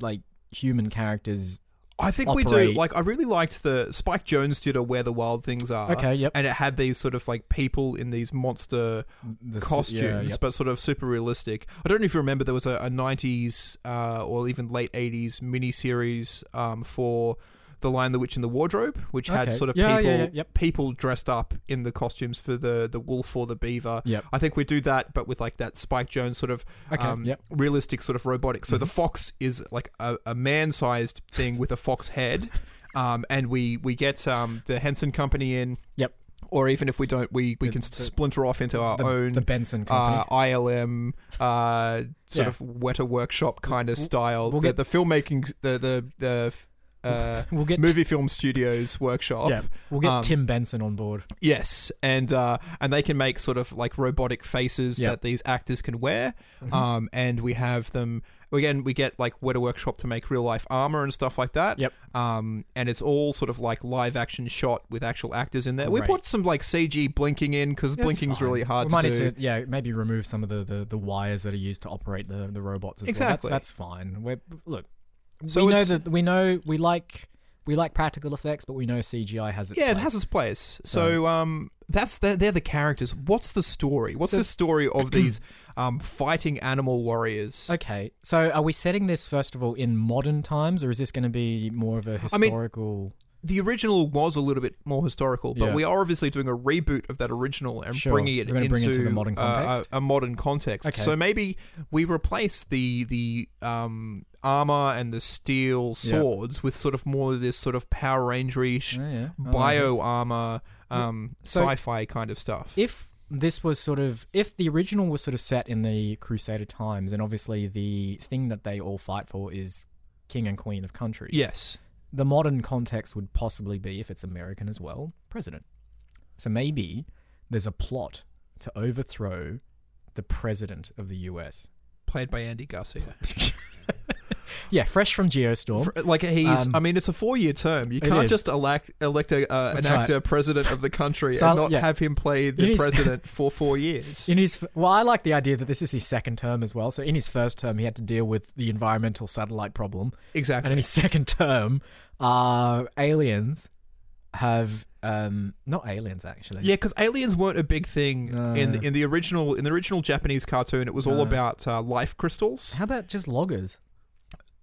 S2: like human characters
S1: I think we
S2: operate.
S1: do. Like, I really liked the Spike Jones did a Where the Wild Things Are.
S2: Okay, yep.
S1: And it had these sort of like people in these monster
S2: The s- yeah,
S1: costumes,
S2: yep.
S1: but sort of super realistic. I don't know if you remember, there was a, a 90s uh, or even late 80s miniseries um, for. The Lion, the Witch, and the Wardrobe, which had
S2: Okay.
S1: sort of
S2: Yeah, yeah,
S1: people
S2: yeah, yep.
S1: people dressed up in the costumes for the the wolf or the beaver.
S2: Yep.
S1: I think we do that, but with like that Spike Jones sort of
S2: Okay,
S1: um,
S2: yep. Mm-hmm.
S1: realistic sort of robotic. So the fox is like a, a man-sized thing with a fox head, um, and we we get um, the Henson Company in.
S2: Yep.
S1: Or even if we don't, we, we
S2: The-
S1: can s
S2: the-
S1: splinter off into our
S2: the,
S1: own
S2: the Benson company.
S1: uh, ILM uh, sort
S2: Yeah.
S1: of wetter workshop kind of style.
S2: we'll
S1: the,
S2: get-
S1: the filmmaking, the the the uh,
S2: we'll get
S1: movie film studios workshop.
S2: yeah, we'll get
S1: um,
S2: Tim Benson on board.
S1: Yes, and uh, and they can make sort of like robotic faces
S2: Yeah. Mm-hmm.
S1: that these actors can wear. Um, and we have them again. We get like Weta Workshop to make real life armor and stuff like that.
S2: Yep.
S1: Um, and it's all sort of like live action shot with actual actors in there. We
S2: Right.
S1: put some like CG blinking in because
S2: Yeah, it's
S1: blinking's
S2: fine.
S1: really hard
S2: we
S1: to
S2: might
S1: do.
S2: need to, yeah, maybe remove some of the, the, the wires that are used to operate the, the robots as
S1: Exactly.
S2: well. That's, that's fine. We're, look,
S1: So
S2: we know
S1: it's-
S2: that we know we like we like practical effects, but we know CGI has its
S1: yeah, it
S2: place.
S1: has its place. So um, that's the, they're the characters. What's the story? What's the story of these um, fighting animal warriors?
S2: Okay, so are we setting this first of all in modern times, or is this going to be more of a
S1: I mean-
S2: historical?
S1: the original was a little bit more historical, but
S2: Yeah.
S1: we are obviously doing a reboot of that original and
S2: Sure.
S1: bringing it
S2: We're gonna
S1: into,
S2: bring it to the modern
S1: uh,
S2: context.
S1: a, a modern context.
S2: Okay.
S1: So maybe we replace the the um, armor and the steel
S2: Yeah.
S1: swords with sort of more of this sort of Power Rangerish
S2: Oh, yeah. I like it.
S1: bio armor, um,
S2: So-
S1: sci-fi kind of stuff.
S2: If this was sort of if the original was sort of set in the Crusader times, and obviously the thing that they all fight for is king and queen of country.
S1: yes,
S2: the modern context would possibly be, if it's American as well, president. So maybe there's a plot to overthrow the president of the US.
S1: played by Andy Garcia.
S2: Yeah, fresh from Geostorm.
S1: For- Like he's,
S2: Um,
S1: I mean, it's a four-year term. You
S2: It
S1: can't
S2: is.
S1: just elect elect a, uh, an
S2: That's right.
S1: actor president of the country
S2: So
S1: and
S2: I'll-
S1: not
S2: yeah.
S1: have him play
S2: It
S1: the
S2: is-
S1: president for four years.
S2: in his well, I like the idea that this is his second term as well. So in his first term, he had to deal with the environmental satellite problem, and
S1: Exactly.
S2: in his second term, uh, aliens have um, not aliens actually.
S1: Yeah, because aliens weren't a big thing
S2: No.
S1: in the, in the original in the original Japanese cartoon. It was all
S2: No.
S1: about uh, life crystals.
S2: How about just loggers?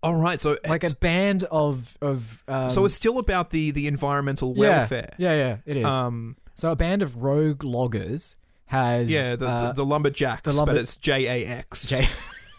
S1: All right, so
S2: Like a band of of um,
S1: so it's still about the the environmental
S2: yeah,
S1: welfare.
S2: Yeah, yeah, it is.
S1: Um,
S2: So a band of rogue loggers has
S1: yeah, the,
S2: uh,
S1: the, the lumberjacks,
S2: the lumber-
S1: but it's J A X.
S2: J-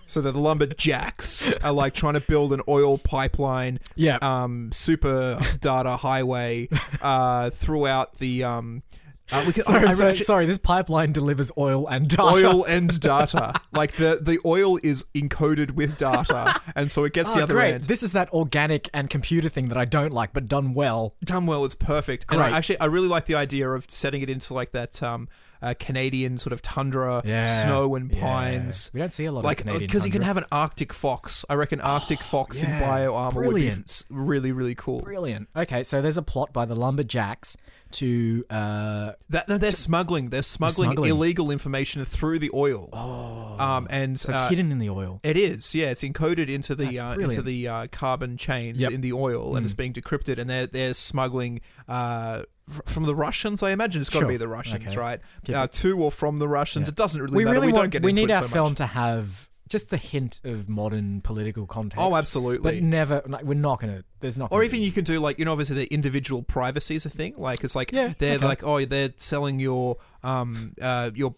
S1: So the lumberjacks are like trying to build an oil pipeline,
S2: yeah
S1: um, super data highway uh, throughout the. Um, uh, we could,
S2: sorry,
S1: I- I-
S2: so- sorry, this pipeline delivers oil and data.
S1: oil and data. like the the oil is encoded with data, and so it gets
S2: Oh,
S1: the other
S2: great.
S1: end.
S2: This is that organic and computer thing that I don't like, but done well.
S1: Done well, it's perfect. And I,
S2: Great.
S1: actually, I really like the idea of setting it into like that um, uh, Canadian sort of tundra, snow and
S2: Yeah.
S1: pines.
S2: We don't see a lot
S1: Like,
S2: of Canadian
S1: because you can
S2: tundra.
S1: have an Arctic fox. I reckon Arctic fox in
S2: yeah.
S1: bio armor would be
S2: Brilliant.
S1: s- really, really cool.
S2: Brilliant. Okay, so there's a plot by the lumberjacks to uh,
S1: That no, they're smuggling. They're smuggling,
S2: smuggling.
S1: illegal information through the oil. Oh, um, and
S2: so it's
S1: uh,
S2: hidden in the oil.
S1: It is, yeah. It's encoded into the uh, into
S2: brilliant.
S1: the uh, carbon chains
S2: Yep. Mm.
S1: in the oil, and it's being decrypted. And they're they're smuggling uh, f- from the Russians. I imagine it's got to
S2: Sure.
S1: be the Russians,
S2: Okay.
S1: right?
S2: Keep
S1: Uh, to or from the Russians.
S2: Yeah.
S1: It doesn't really
S2: we
S1: matter.
S2: really
S1: we
S2: want,
S1: don't get
S2: we
S1: into
S2: need
S1: it
S2: our
S1: so
S2: film
S1: much.
S2: to have just the hint of modern political context.
S1: Oh, absolutely.
S2: But never, like, we're not gonna. There's not.
S1: or
S2: gonna
S1: even
S2: be-
S1: you can do like you know obviously the individual privacy is a thing. Like it's like
S2: Yeah,
S1: they're
S2: okay.
S1: like oh they're selling your um uh your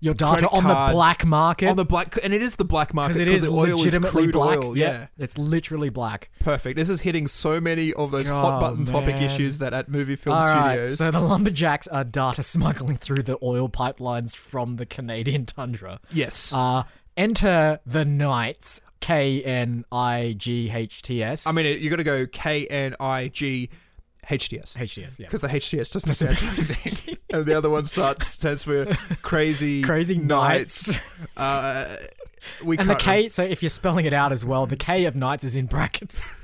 S2: your data
S1: credit
S2: on
S1: card
S2: the black market
S1: on the black and it is the black market
S2: because it
S1: because
S2: is
S1: the oil
S2: legitimately
S1: is crude
S2: black.
S1: oil.
S2: Yep,
S1: yeah.
S2: it's literally black.
S1: Perfect. This is hitting so many of those hot
S2: Oh,
S1: button topic
S2: man.
S1: issues that at movie film
S2: All right,
S1: studios.
S2: so the lumberjacks are data smuggling through the oil pipelines from the Canadian tundra.
S1: yes.
S2: Uh, enter the knights. K N I G H T S.
S1: I mean, it- you got to go K N I G H T S
S2: H T S. Yeah.
S1: because the H T S doesn't stand for anything, and the other one starts stands for crazy
S2: Crazy knights.
S1: Uh, we
S2: And the
S1: can't-
S2: K. So if you're spelling it out as well, the K of knights is in brackets.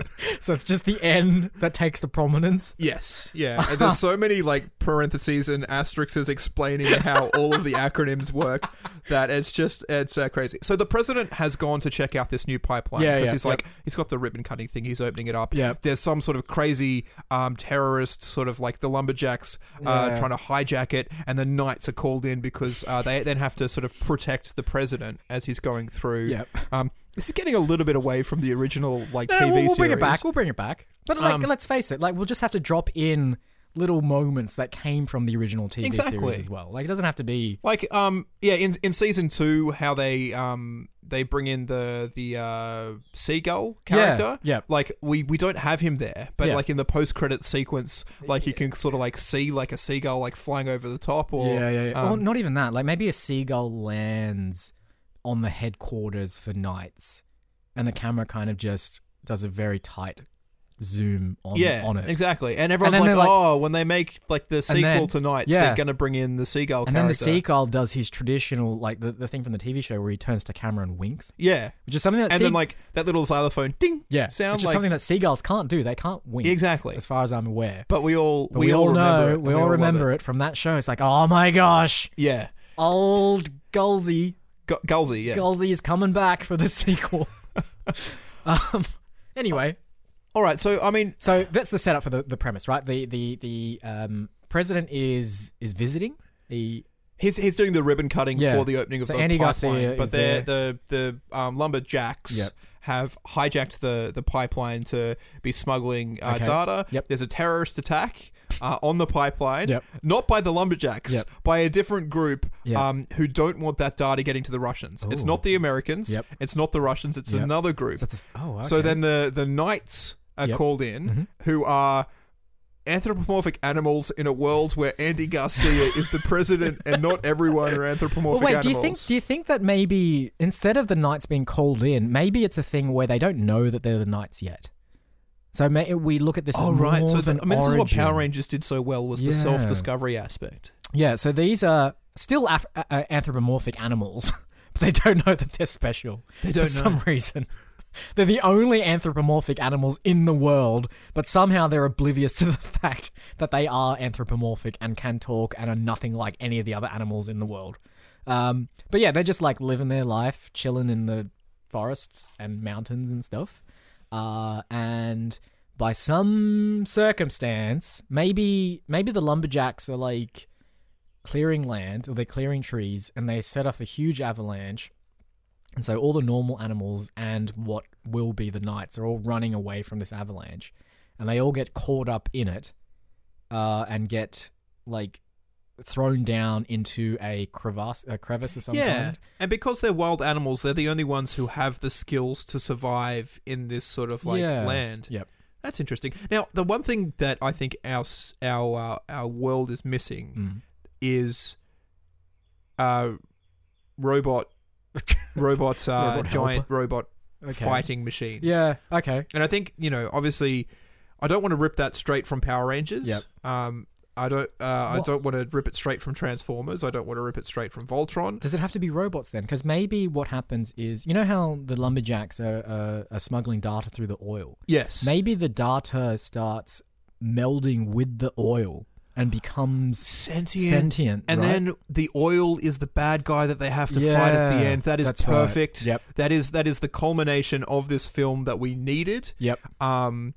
S2: so it's just the N that takes the prominence.
S1: Yes, yeah. And there's so many like parentheses and asterisks explaining how all of the acronyms work that it's just it's uh, crazy. So the president has gone to check out this new pipeline
S2: Yeah, yeah,
S1: he's like he's got the ribbon cutting thing. He's opening it up.
S2: Yep.
S1: There's some sort of crazy um, terrorist sort of like the lumberjacks uh,
S2: Yeah.
S1: trying to hijack it, and the knights are called in because uh, they then have to sort of protect the president as he's going through.
S2: Yep.
S1: Um, this is getting a little bit away from the original like
S2: No,
S1: TV
S2: we'll, we'll
S1: series.
S2: bring it back. We'll bring it back. But like,
S1: Um,
S2: let's face it, like we'll just have to drop in little moments that came from the original TV
S1: Exactly.
S2: series as well. Like it doesn't have to be.
S1: Like um yeah in in season 2 how they um they bring in the the uh seagull character.
S2: yeah.
S1: Like we we don't have him there, but
S2: Yeah.
S1: like in the post credit sequence like you can sort of like see like a seagull like flying over the top or um,
S2: well, not even that. Like maybe a seagull lands on the headquarters for knights, and the camera kind of just does a very tight zoom on
S1: yeah,
S2: on it.
S1: exactly. And everyone's
S2: then
S1: like,
S2: they're like-
S1: "Oh, when they make like the sequel
S2: then-
S1: to Knights,
S2: yeah.
S1: they're going to bring in the seagull
S2: And then
S1: character."
S2: the seagull does his traditional, like the, the thing from the TV show where he turns to camera and winks,
S1: yeah.
S2: which is something that
S1: And
S2: sea-
S1: then like that little xylophone ding
S2: yeah,
S1: sound
S2: which is
S1: like
S2: something that seagulls can't do. They can't wink.
S1: Exactly.
S2: as far as I'm aware.
S1: But we all
S2: But we, all
S1: remember
S2: know,
S1: it.
S2: we all remember it. from that show. It's like, oh my gosh,
S1: it. Yeah.
S2: old Gulzy,
S1: Gu- Gulzy, yeah.
S2: Gulzy is coming back for the sequel. um, anyway,
S1: all right, so I mean,
S2: so that's the setup for the, the premise, right? The the the um, president is is visiting. He
S1: He's, he's doing the ribbon cutting
S2: Yeah.
S1: for the opening of
S2: So
S1: the
S2: Andy
S1: pipeline,
S2: Garcia
S1: but
S2: is
S1: they're- the the um, lumberjacks
S2: Yep.
S1: have hijacked the the pipeline to be smuggling uh,
S2: Okay.
S1: data.
S2: Yep.
S1: There's a terrorist attack uh, on the pipeline,
S2: Yep.
S1: not by the lumberjacks,
S2: Yep.
S1: by a different group
S2: Yep.
S1: um, who don't want that data getting to the Russians. It's
S2: Ooh.
S1: not the Americans.
S2: Yep.
S1: It's not the Russians. It's
S2: Yep.
S1: another group.
S2: so, it's a, oh, okay.
S1: So then the the knights are
S2: Yep.
S1: called in,
S2: Mhm.
S1: who are anthropomorphic animals in a world where Andy Garcia is the president, and not everyone are
S2: Well,
S1: anthropomorphic
S2: wait.
S1: animals.
S2: Do you think? Do you think that maybe instead of the knights being called in, maybe it's a thing where they don't know that they're the knights yet. So may, we look at this.
S1: Oh
S2: as
S1: right,
S2: more
S1: so
S2: of
S1: the, I
S2: an
S1: mean, this is what
S2: origin.
S1: Power Rangers did so well was
S2: Yeah.
S1: the self discovery aspect.
S2: Yeah, so these are still af- uh, uh, anthropomorphic animals, but they don't know that they're special
S1: They don't
S2: for
S1: know.
S2: some reason. They're the only anthropomorphic animals in the world, but somehow they're oblivious to the fact that they are anthropomorphic and can talk and are nothing like any of the other animals in the world. Um, but yeah, they're just like living their life, chilling in the forests and mountains and stuff. Uh, and by some circumstance, maybe maybe the lumberjacks are like clearing land or they're clearing trees and they set off a huge avalanche. And so all the normal animals and what will be the knights are all running away from this avalanche. And they all get caught up in it uh, and get like thrown down into a crevasse, a crevice or something.
S1: Yeah, and because they're wild animals, they're the only ones who have the skills to survive in this sort of like
S2: Yeah.
S1: land.
S2: Yep.
S1: That's interesting. Now, the one thing that I think our s- our uh, our world is missing
S2: Mm.
S1: is uh robot robots uh
S2: Robot
S1: giant
S2: helper.
S1: robot
S2: Okay.
S1: fighting machines.
S2: Mm. Yeah. Okay.
S1: And I think, you know, obviously I don't want to rip that straight from Power Rangers.
S2: Yep.
S1: Um I don't uh, I
S2: What-
S1: don't want to rip it straight from Transformers. I don't want to rip it straight from Voltron.
S2: Does it have to be robots then? Because maybe what happens is, you know how the lumberjacks are, are, are smuggling data through the oil?
S1: Yes.
S2: Maybe the data starts melding with the oil and becomes.
S1: sentient.
S2: Sentient,
S1: And
S2: right?
S1: then the oil is the bad guy that they have to fight at the
S2: Yeah,
S1: end. That is
S2: that's right.
S1: perfect.
S2: Yep.
S1: That is that is the culmination of this film that we needed.
S2: Yep.
S1: um,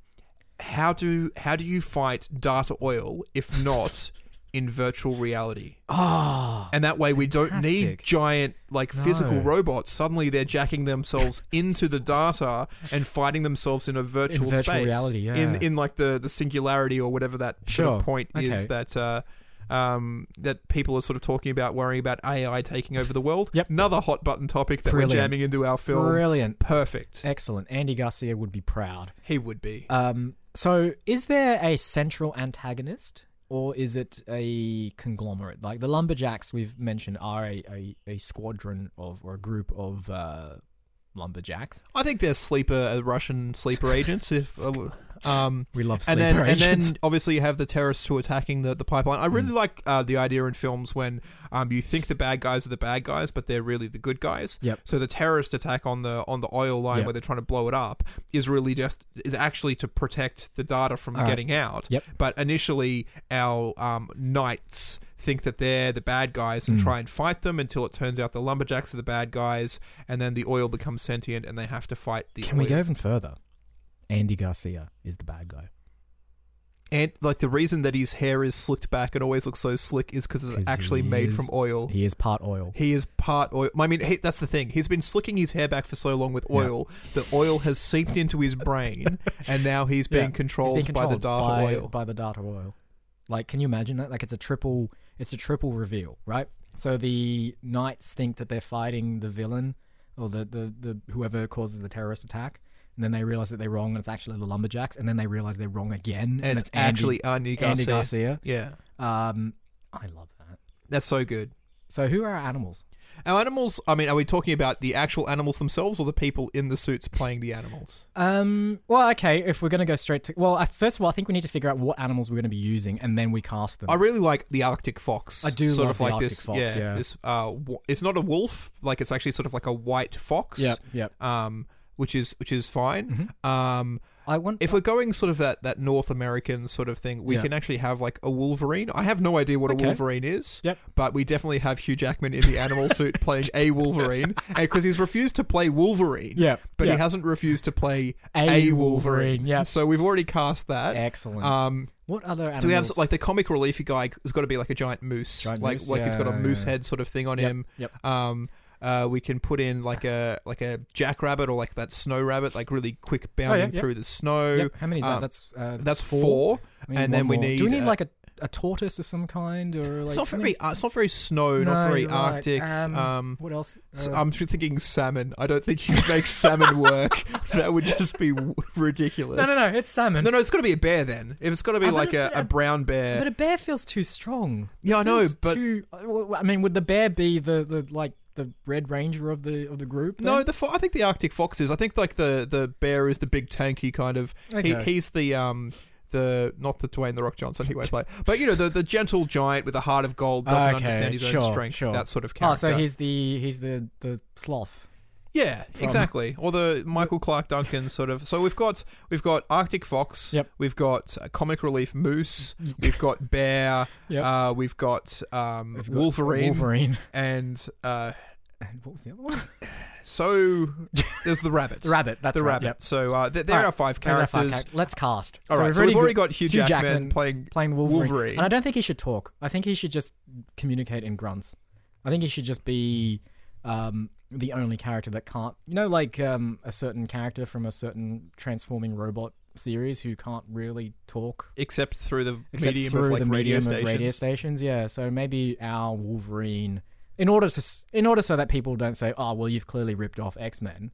S1: how do how do you fight data oil if not in virtual reality?
S2: Ah.
S1: And that way we don't need
S2: Fantastic.
S1: giant like physical
S2: No.
S1: robots. Suddenly they're jacking themselves into the data and fighting themselves in a virtual,
S2: virtual
S1: space.
S2: reality,
S1: In
S2: yeah.
S1: in like the the singularity or whatever that sort
S2: Sure.
S1: of point
S2: Okay.
S1: is that. Uh, um, that people are sort of talking about worrying about AI taking over the world.
S2: Yep.
S1: Another hot button topic that
S2: Brilliant. Eh.
S1: we're jamming into our film.
S2: Brilliant.
S1: Perfect.
S2: Excellent. Andy Garcia would be proud.
S1: He would be.
S2: Um, so, is there a central antagonist, or is it a conglomerate? Like the lumberjacks we've mentioned are a, a, a squadron of or a group of uh, lumberjacks.
S1: I think they're sleeper uh, Russian sleeper agents. If uh, Um,
S2: We love sleep
S1: and then and
S2: arrangements.
S1: then obviously you have the terrorists who are attacking the, the pipeline. I
S2: Hmm.
S1: really like uh, the idea in films when um, you think the bad guys are the bad guys, but they're really the good guys.
S2: Yep.
S1: So the terrorist attack on the on the oil line
S2: Yep.
S1: where they're trying to blow it up is really just is actually to protect the data from
S2: All right.
S1: getting out.
S2: Yep.
S1: But initially our um, knights think that they're the bad guys
S2: Hmm.
S1: and try and fight them until it turns out the lumberjacks are the bad guys and then the oil becomes sentient and they have to fight the
S2: Can we
S1: oil.
S2: go even further? Andy Garcia is the bad guy.
S1: And like the reason that his hair is slicked back and always looks so slick is because it's
S2: 'Cause
S1: actually
S2: he
S1: made
S2: is-
S1: from oil.
S2: He is part oil.
S1: He is part oil. I mean, he, that's the thing. He's been slicking his hair back for so long with oil that oil has seeped into his brain, and now he's
S2: Yeah.
S1: being, controlled,
S2: He's being
S1: by the dark
S2: by-
S1: oil.
S2: By the data oil. Like, can you imagine that? Like, it's a triple. It's a triple reveal, right? So the knights think that they're fighting the villain or the the, the whoever causes the terrorist attack. And then they realize that they're wrong, and it's actually the lumberjacks. And then they realize they're wrong again, and,
S1: and it's,
S2: Andy-
S1: actually Andy Garcia.
S2: Andy Garcia.
S1: Yeah,
S2: Um, I love that.
S1: that's so good.
S2: So who are our animals?
S1: Our animals. I mean, are we talking about the actual animals themselves or the people in the suits playing the animals?
S2: Um, well, okay, if we're going to go straight to. Well, I, first of all, I think we need to figure out what animals we're going to be using and then we cast them.
S1: I really like the Arctic fox.
S2: I do
S1: sort
S2: love
S1: of
S2: the
S1: like
S2: Arctic
S1: this.
S2: fox,
S1: yeah,
S2: yeah.
S1: this. Uh, w- it's not a wolf. Like it's actually sort of like a white fox.
S2: Yep, yep.
S1: Um, which is which is fine.
S2: Mm-hmm.
S1: Um,
S2: I want.
S1: if we're going sort of that that North American sort of thing, we
S2: Yeah.
S1: can actually have like a wolverine. I have no idea what
S2: Okay.
S1: a wolverine is.
S2: Yep.
S1: But we definitely have Hugh Jackman in the animal suit playing a wolverine, because he's refused to play Wolverine.
S2: Yep,
S1: But
S2: yep.
S1: he hasn't refused to play
S2: A
S1: a,
S2: Wolverine,
S1: wolverine.
S2: yep.
S1: So we've already cast that.
S2: Excellent.
S1: Um,
S2: what other animals?
S1: do we have like the comic relief guy has got to be like a giant moose,
S2: Giant
S1: like
S2: moose,
S1: like he's got a
S2: yeah,
S1: moose
S2: yeah.
S1: head sort of thing on
S2: Yep,
S1: him.
S2: yep.
S1: Um, uh, we can put in like a like a jackrabbit or like that snow rabbit, like really quick bounding
S2: yep.
S1: through the snow.
S2: Oh, Yep, How many is that?
S1: um,
S2: that's uh,
S1: That's four.
S2: We need
S1: and
S2: one
S1: then we
S2: more. Do we
S1: need,
S2: need
S1: uh,
S2: like a, a tortoise of some kind or like?
S1: it's not
S2: something?
S1: very uh, it's not very snow,
S2: No,
S1: not very
S2: right,
S1: arctic.
S2: um,
S1: Um,
S2: What else?
S1: s- um,
S2: Uh,
S1: I'm just thinking salmon. I don't think you could make salmon work. That would just be w- ridiculous.
S2: no, no, no. It's salmon.
S1: No, no, it's got to be a bear then. If it's got to be
S2: Oh,
S1: like
S2: but-
S1: a, a brown
S2: But
S1: bear.
S2: a bear feels too strong.
S1: Yeah, I know,
S2: Feels
S1: but-
S2: too, uh, well, I mean, would the bear be the, the like the red ranger of the of the group?
S1: No,
S2: then?
S1: the fo- I think the Arctic fox is. I think like the the bear is the big tanky kind of.
S2: Okay.
S1: He, he's the um the not the Dwayne the Rock Johnson he won't play, but you know the the gentle giant with a heart of gold doesn't
S2: Okay,
S1: understand his
S2: sure,
S1: own strength.
S2: sure.
S1: That sort of character.
S2: Oh, so he's the he's the the sloth.
S1: Yeah, exactly. Or the Michael Clark Duncan sort of. So we've got we've got Arctic Fox.
S2: Yep.
S1: We've got uh, comic relief moose. We've got bear.
S2: Yep.
S1: Uh, we've got um,
S2: We've got
S1: Wolverine.
S2: Wolverine.
S1: And uh,
S2: And what was the other one?
S1: so there's the rabbit.
S2: The rabbit. That's
S1: the
S2: right,
S1: rabbit.
S2: Yep.
S1: So uh, th- there
S2: All right,
S1: are five
S2: Those are our
S1: characters.
S2: five characters. Let's cast.
S1: All right, so we've already got Hugh Jackman playing
S2: playing the Wolverine.
S1: Wolverine.
S2: and I don't think he should talk. I think he should just communicate in grunts. I think he should just be um, the only character that can't, you know, like um, a certain character from a certain transforming robot series who can't really talk
S1: Except through the
S2: except
S1: medium
S2: through
S1: of like
S2: the medium
S1: radio
S2: of
S1: stations.
S2: radio stations. Yeah, so maybe our Wolverine, in order to s- in order so that people don't say, "Oh, well, you've clearly ripped off X Men,"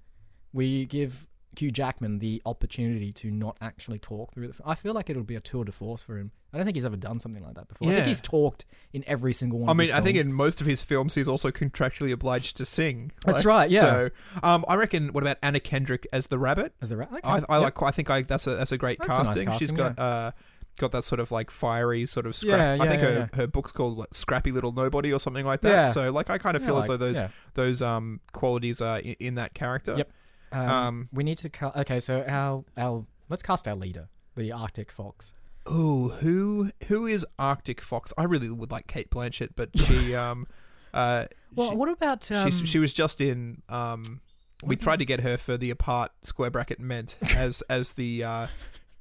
S2: we give Hugh Jackman the opportunity to not actually talk through the. I feel like it'll be a tour de force for him. I don't think he's ever done something like that before. I think
S1: Yeah.
S2: he's talked in every single one.
S1: I
S2: of
S1: mean,
S2: his
S1: I think
S2: films.
S1: in most of his films, he's also contractually obliged to sing.
S2: That's right, yeah.
S1: So, um, I reckon. What about Anna Kendrick as the rabbit?
S2: Is there, okay,
S1: I, I
S2: yep.
S1: like. I think I, that's a that's a great
S2: That's a nice
S1: casting. She's
S2: casting,
S1: got uh, got that sort of like fiery sort of scrap.
S2: Yeah, yeah,
S1: I think
S2: yeah,
S1: her, her book's called like, Scrappy Little Nobody or something like that.
S2: Yeah.
S1: So like, I kind of
S2: Yeah,
S1: feel
S2: like-
S1: as though those
S2: yeah.
S1: those um qualities are in, in that character.
S2: Yep. Um,
S1: um,
S2: we need to ca- okay. So our our let's cast our leader, the Arctic Fox.
S1: Ooh, who who is Arctic Fox? I really would like Kate Blanchett, but she um uh
S2: Well,
S1: she,
S2: what about um,
S1: she's- she was just in um we tried to get her for the apart square bracket meant as as the uh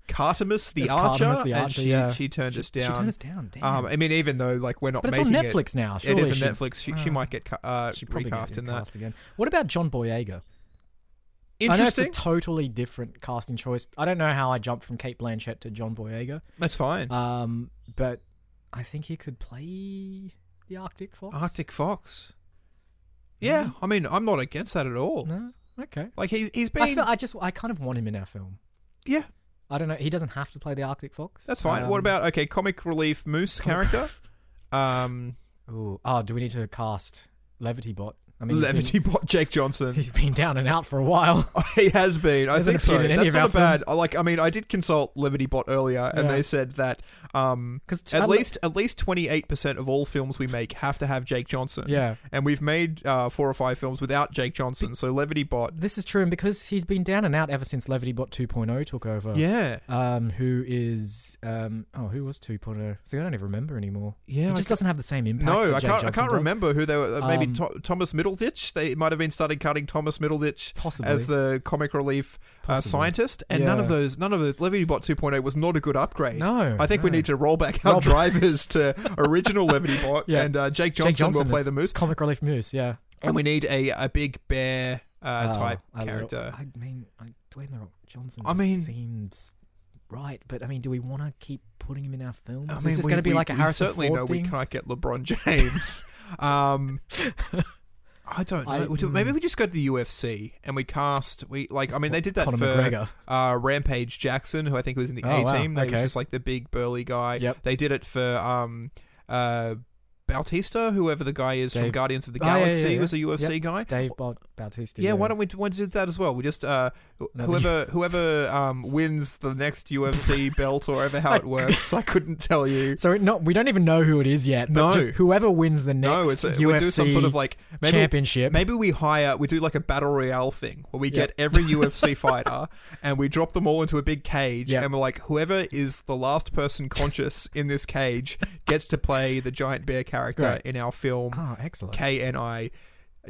S1: Cartimus the
S2: As
S1: archer
S2: Cartimus the
S1: and
S2: Archer,
S1: she,
S2: yeah.
S1: she turned us down.
S2: She turned us down. Damn.
S1: Um, I mean, even though like we're not
S2: But it's on
S1: making
S2: Netflix now.
S1: it, it
S2: surely
S1: is
S2: she-
S1: on Netflix. She, she
S2: Ah.
S1: might get ca- uh,
S2: She probably
S1: recast
S2: cast
S1: in that.
S2: Cast again. What about John Boyega? I know it's
S1: Interesting.
S2: a totally different casting choice. I don't know how I jumped from Kate Blanchett to John Boyega,
S1: That's fine.
S2: um, but I think he could play the Arctic Fox.
S1: Arctic Fox. Yeah, I mean, I'm not against that at all.
S2: Mm-hmm. No. Okay.
S1: Like he's he's been
S2: I, feel, I just I kind of want him in our film.
S1: yeah.
S2: I don't know. He doesn't have to play the Arctic Fox.
S1: That's fine. what
S2: Um,
S1: about okay, comic relief moose
S2: comic-
S1: character? um
S2: Ooh, oh, do we need to cast Levity Bot? I mean, he's been-
S1: Levity bot Jake Johnson.
S2: he's been down and out for a while.
S1: He has been. I
S2: Hasn't
S1: think so.
S2: appeared in any
S1: That's
S2: of our
S1: not a bad. Like, I mean, I did consult Levity Bot earlier, and
S2: Yeah.
S1: they said that um,
S2: 'Cause t-
S1: at
S2: I'd li-
S1: least at least twenty eight percent of all films we make have to have Jake Johnson.
S2: Yeah.
S1: and we've made uh, four or five films without Jake Johnson. So Levity Bot,
S2: This is true, and because he's been down and out ever since LevityBot 2.0 took over.
S1: yeah,
S2: Um, who is um? Oh, who was 2.0? See, I don't even remember anymore.
S1: yeah.
S2: it just doesn't have the same impact.
S1: no,
S2: that
S1: I
S2: Jake
S1: can't. I
S2: Johnson
S1: can't
S2: does.
S1: remember who they were. Uh, Maybe
S2: Um,
S1: Tho- Thomas Middleditch. They might have been started cutting Thomas Middleditch
S2: Possibly.
S1: as the comic relief uh,
S2: Possibly.
S1: scientist, and none of
S2: Yeah.
S1: those. None of those. Levity Bot 2.0 was not a good upgrade.
S2: no,
S1: I think we
S2: no.
S1: need to roll back our
S2: Roll back-
S1: drivers to original Levity Bot,
S2: Yeah.
S1: and uh, Jake,
S2: Jake
S1: Johnson
S2: Johnson
S1: will play
S2: is-
S1: the moose.
S2: comic relief moose. Yeah,
S1: And we need a, a big bear uh,
S2: Oh,
S1: type
S2: I little-
S1: character.
S2: I mean, I, Dwayne the Rock Johnson.
S1: I
S2: just
S1: mean-
S2: seems right, but I mean, do we want to keep putting him in our films?
S1: I
S2: is
S1: mean,
S2: this
S1: we-
S2: going to be
S1: we-
S2: like a
S1: we
S2: Harrison
S1: certainly
S2: Ford
S1: know
S2: thing?
S1: we can't get LeBron James. um, I Hmm. don't know.
S2: I-
S1: We do- Maybe
S2: mm.
S1: we just go to the UFC and we cast. We like. I mean, they did that
S2: Conor
S1: for
S2: McGregor.
S1: uh, Rampage Jackson, who I think was in the
S2: Oh,
S1: A
S2: wow.
S1: team. They was
S2: Okay.
S1: just like the big burly guy.
S2: Yep.
S1: They did it for um, uh, Bautista, whoever the guy is from
S2: Dave-
S1: Guardians of the
S2: Oh, yeah, yeah,
S1: Galaxy,
S2: yeah.
S1: was a UFC guy.
S2: Dave Ba- Bautista.
S1: Yeah, why don't we why don't we do that as well? We just uh, wh-
S2: Another
S1: whoever whoever um, wins the next UFC belt or ever how it works, I couldn't tell you.
S2: So it not we don't even know who it is yet. But
S1: No.
S2: just whoever wins the
S1: No, it's
S2: next
S1: a,
S2: UFC
S1: we do some sort of like maybe
S2: championship.
S1: Maybe we hire, we do like a battle royale thing where we
S2: Yep.
S1: get every UFC fighter and we drop them all into a big cage
S2: Yep.
S1: and we're like, whoever is the last person conscious in this cage gets to play the giant bear character
S2: Great.
S1: in our film
S2: oh, excellent.
S1: K N I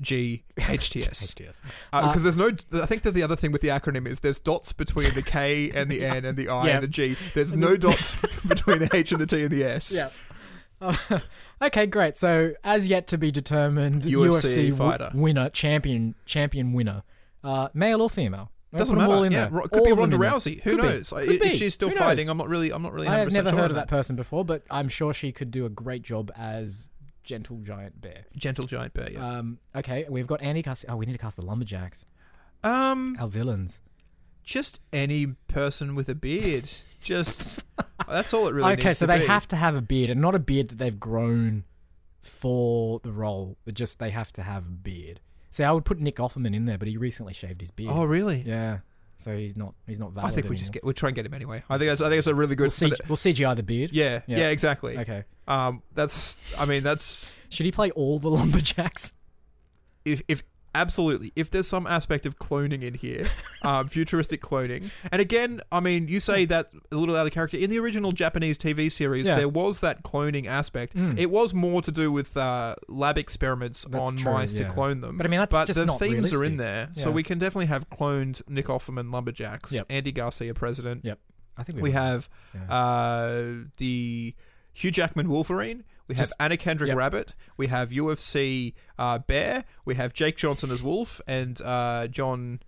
S1: G H T S.
S2: HTS. Uh,
S1: Because there's no, I think that the other thing with the acronym is there's dots between the K and the N and the I
S2: Yeah.
S1: and the G. There's no dots between the H and the T and the S.
S2: Yeah. Uh, okay, great. So, as yet to be determined,
S1: UFC
S2: UFC, wi-
S1: fighter.
S2: winner, champion, champion winner, uh, male or female. I
S1: Doesn't
S2: put 'em
S1: matter.
S2: all in
S1: yeah,
S2: there.
S1: Ro- could be
S2: All of them
S1: Ronda
S2: in there.
S1: Rousey. Who
S2: Could be.
S1: knows? I-
S2: Could
S1: If
S2: be.
S1: she's still
S2: Who knows?
S1: fighting, I'm not really. I'm not really. 100%
S2: I have never
S1: sure
S2: heard
S1: on
S2: of that person before, but I'm sure she could do a great job as gentle giant bear.
S1: Gentle giant bear. Yeah.
S2: Um, okay, we've got Andy cast. Oh, we need to cast the lumberjacks, Uh,
S1: um,
S2: our villains.
S1: just any person with a beard. Just that's all it really.
S2: okay,
S1: needs
S2: so
S1: to
S2: they
S1: be.
S2: have to have a beard, and not a beard that they've grown for the role. It just they have to have a beard. See, I would put Nick Offerman in there, but he recently shaved his beard.
S1: Oh really?
S2: Yeah. So he's not he's not
S1: I
S2: valid.
S1: think we
S2: anymore.
S1: just get. We try and get him anyway. I think that's. I think it's a really good.
S2: we'll, C- we'll CGI the beard.
S1: yeah, yeah.
S2: Yeah.
S1: Exactly.
S2: Okay.
S1: Um. That's. I mean. That's.
S2: Should he play all the lumberjacks?
S1: if if absolutely if there's some aspect of cloning in here um, futuristic cloning and again i mean you say that a little out of character in the original japanese tv series
S2: Yeah. Mm.
S1: there was that cloning aspect it was more to do with uh, lab experiments
S2: That's
S1: on
S2: true,
S1: mice to
S2: yeah.
S1: clone them
S2: But I mean, that's
S1: but
S2: just
S1: the
S2: not
S1: themes are in
S2: realistic.
S1: there so
S2: Yeah.
S1: we can definitely have cloned nick offerman lumberjacks
S2: Yep.
S1: andy garcia president
S2: Yep. I think
S1: we have
S2: yeah.
S1: uh, the Hugh Jackman Wolverine. We have
S2: Just-
S1: Anna Kendrick
S2: yep.
S1: Rabbit. We have UFC uh, Bear. We have Jake Johnson as Wolf and uh, John,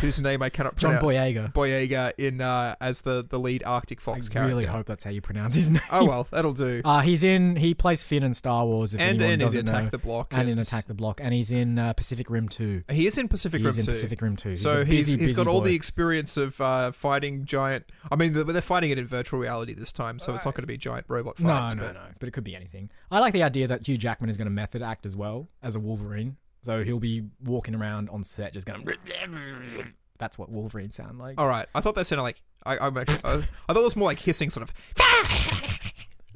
S1: whose name I cannot
S2: John
S1: pronounce.
S2: Boyega.
S1: Boyega in uh, as the the lead Arctic
S2: I
S1: Fox character.
S2: really hope that's how you pronounce his name.
S1: Oh well, that'll do.
S2: Uh, he's in. He plays Finn in Star Wars. If
S1: and
S2: anyone
S1: and in
S2: doesn't
S1: Attack
S2: know,
S1: the Block.
S2: and in Attack the Block, and he's in uh, Pacific Rim Two.
S1: He is in Pacific
S2: he's
S1: Rim
S2: in
S1: too.
S2: Pacific Rim Two.
S1: so
S2: a
S1: he's,
S2: busy,
S1: he's got
S2: busy
S1: all
S2: boy.
S1: the experience of uh, fighting giant. I mean, they're they're fighting it in virtual reality this time, so it's not going to be giant robot
S2: No,
S1: fights.
S2: no,
S1: but-
S2: no. But it could be anything. I like the idea that Hugh Jackman is going to method act as well as a Wolverine. So he'll be walking around on set just going. That's what Wolverine sound like.
S1: All right. I thought that sounded like I, I'm actually, I, I thought it was more like hissing, sort of.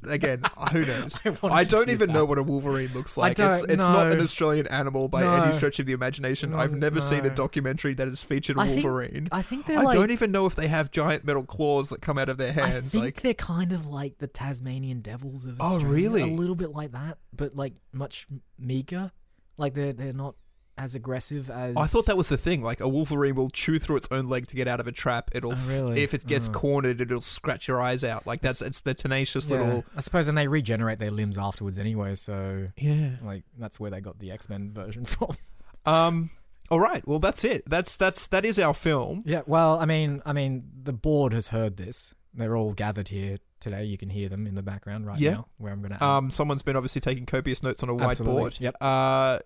S1: Again, who knows?
S2: I
S1: I,
S2: wanted to
S1: don't
S2: do
S1: even
S2: that.
S1: know what a wolverine looks like. It's,
S2: don't
S1: it's not
S2: know.
S1: an Australian animal by
S2: No.
S1: any stretch of the imagination. I've never seen a
S2: no.
S1: documentary that has featured a
S2: I think-
S1: wolverine.
S2: I think
S1: I,
S2: they're like.
S1: don't even know if they have giant metal claws that come out of their
S2: I
S1: hands.
S2: think
S1: Like,
S2: they're kind of like the Tasmanian devils of
S1: Oh,
S2: Australia.
S1: really?
S2: A little bit like that, but like much meager. Like they're they're not as aggressive as.
S1: I thought that was the thing. Like, a wolverine will chew through its own leg to get out of a trap. It'll, f-
S2: Oh, really?
S1: if it gets cornered, it'll scratch your eyes out. Like that's it's the tenacious
S2: Yeah.
S1: little.
S2: I suppose, and they regenerate their limbs afterwards anyway. So
S1: Yeah.
S2: like that's where they got the X Men version from.
S1: Um. All right. Well, that's it. That's that's that is our film.
S2: Yeah, well, I mean, I mean, the board has heard this. They're all gathered here today. You can hear them in the background right
S1: Yeah.
S2: now. Where I'm gonna.
S1: Um. Someone's been obviously taking copious notes on a
S2: Absolutely.
S1: whiteboard.
S2: Yep.
S1: Uh.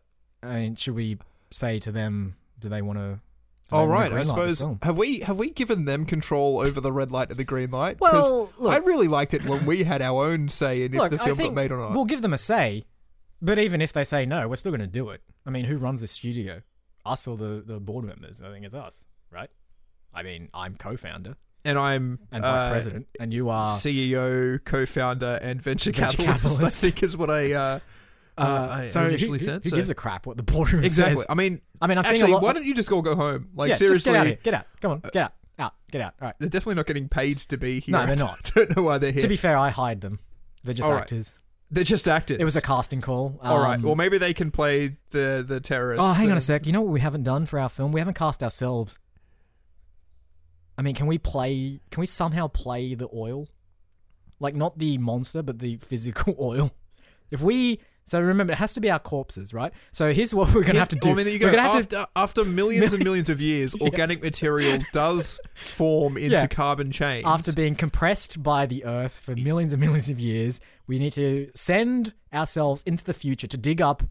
S2: I mean, should we say to them? Do they want to?
S1: All right. I suppose have we have we given them control over the red light and the green light? 'Cause
S2: Well,
S1: I
S2: look,
S1: really liked it when we had our own say in
S2: look,
S1: if the
S2: I
S1: film got
S2: think
S1: made or not.
S2: we'll give them a say. But even if they say no, we're still going to do it. I mean, who runs the studio? Us or the, the board members? I think it's us, right? I mean, I'm co-founder
S1: and I'm
S2: and vice
S1: uh,
S2: president, and you are.
S1: CEO, co-founder, and venture,
S2: Venture
S1: capitalist,
S2: capitalist.
S1: I think is what I uh,
S2: uh,
S1: I
S2: so who-
S1: initially
S2: who,
S1: said,
S2: who
S1: so-
S2: gives a crap what the boardroom
S1: exactly.
S2: says?
S1: I mean,
S2: I mean, I'm seeing
S1: actually,
S2: a lot.
S1: why don't you just all go home? Like
S2: yeah,
S1: seriously,
S2: just get out of here. Get out. Come on, get out, out, get out. All right.
S1: they're definitely not getting paid to be here.
S2: No, they're not.
S1: I don't know why they're here.
S2: To be fair, I hired them. They're just
S1: All right.
S2: actors.
S1: they're just actors.
S2: It was a casting call.
S1: all right.
S2: Um,
S1: Well, maybe uh, they can play the the terrorists.
S2: Oh, hang on a
S1: and-
S2: sec. You know what we haven't done for our film? We haven't cast ourselves. I mean, can we play? Can we somehow play the oil? Like not the monster, but the physical oil. If we so remember, it has to be our corpses, right? So here's what we're gonna have to
S1: Yes,
S2: do.
S1: I mean, there you
S2: we're
S1: go.
S2: gonna have to
S1: after, after millions and millions of years, organic material does form into
S2: Yeah.
S1: carbon chains.
S2: after being compressed by the earth for millions and millions of years, we need to send ourselves into the future to dig up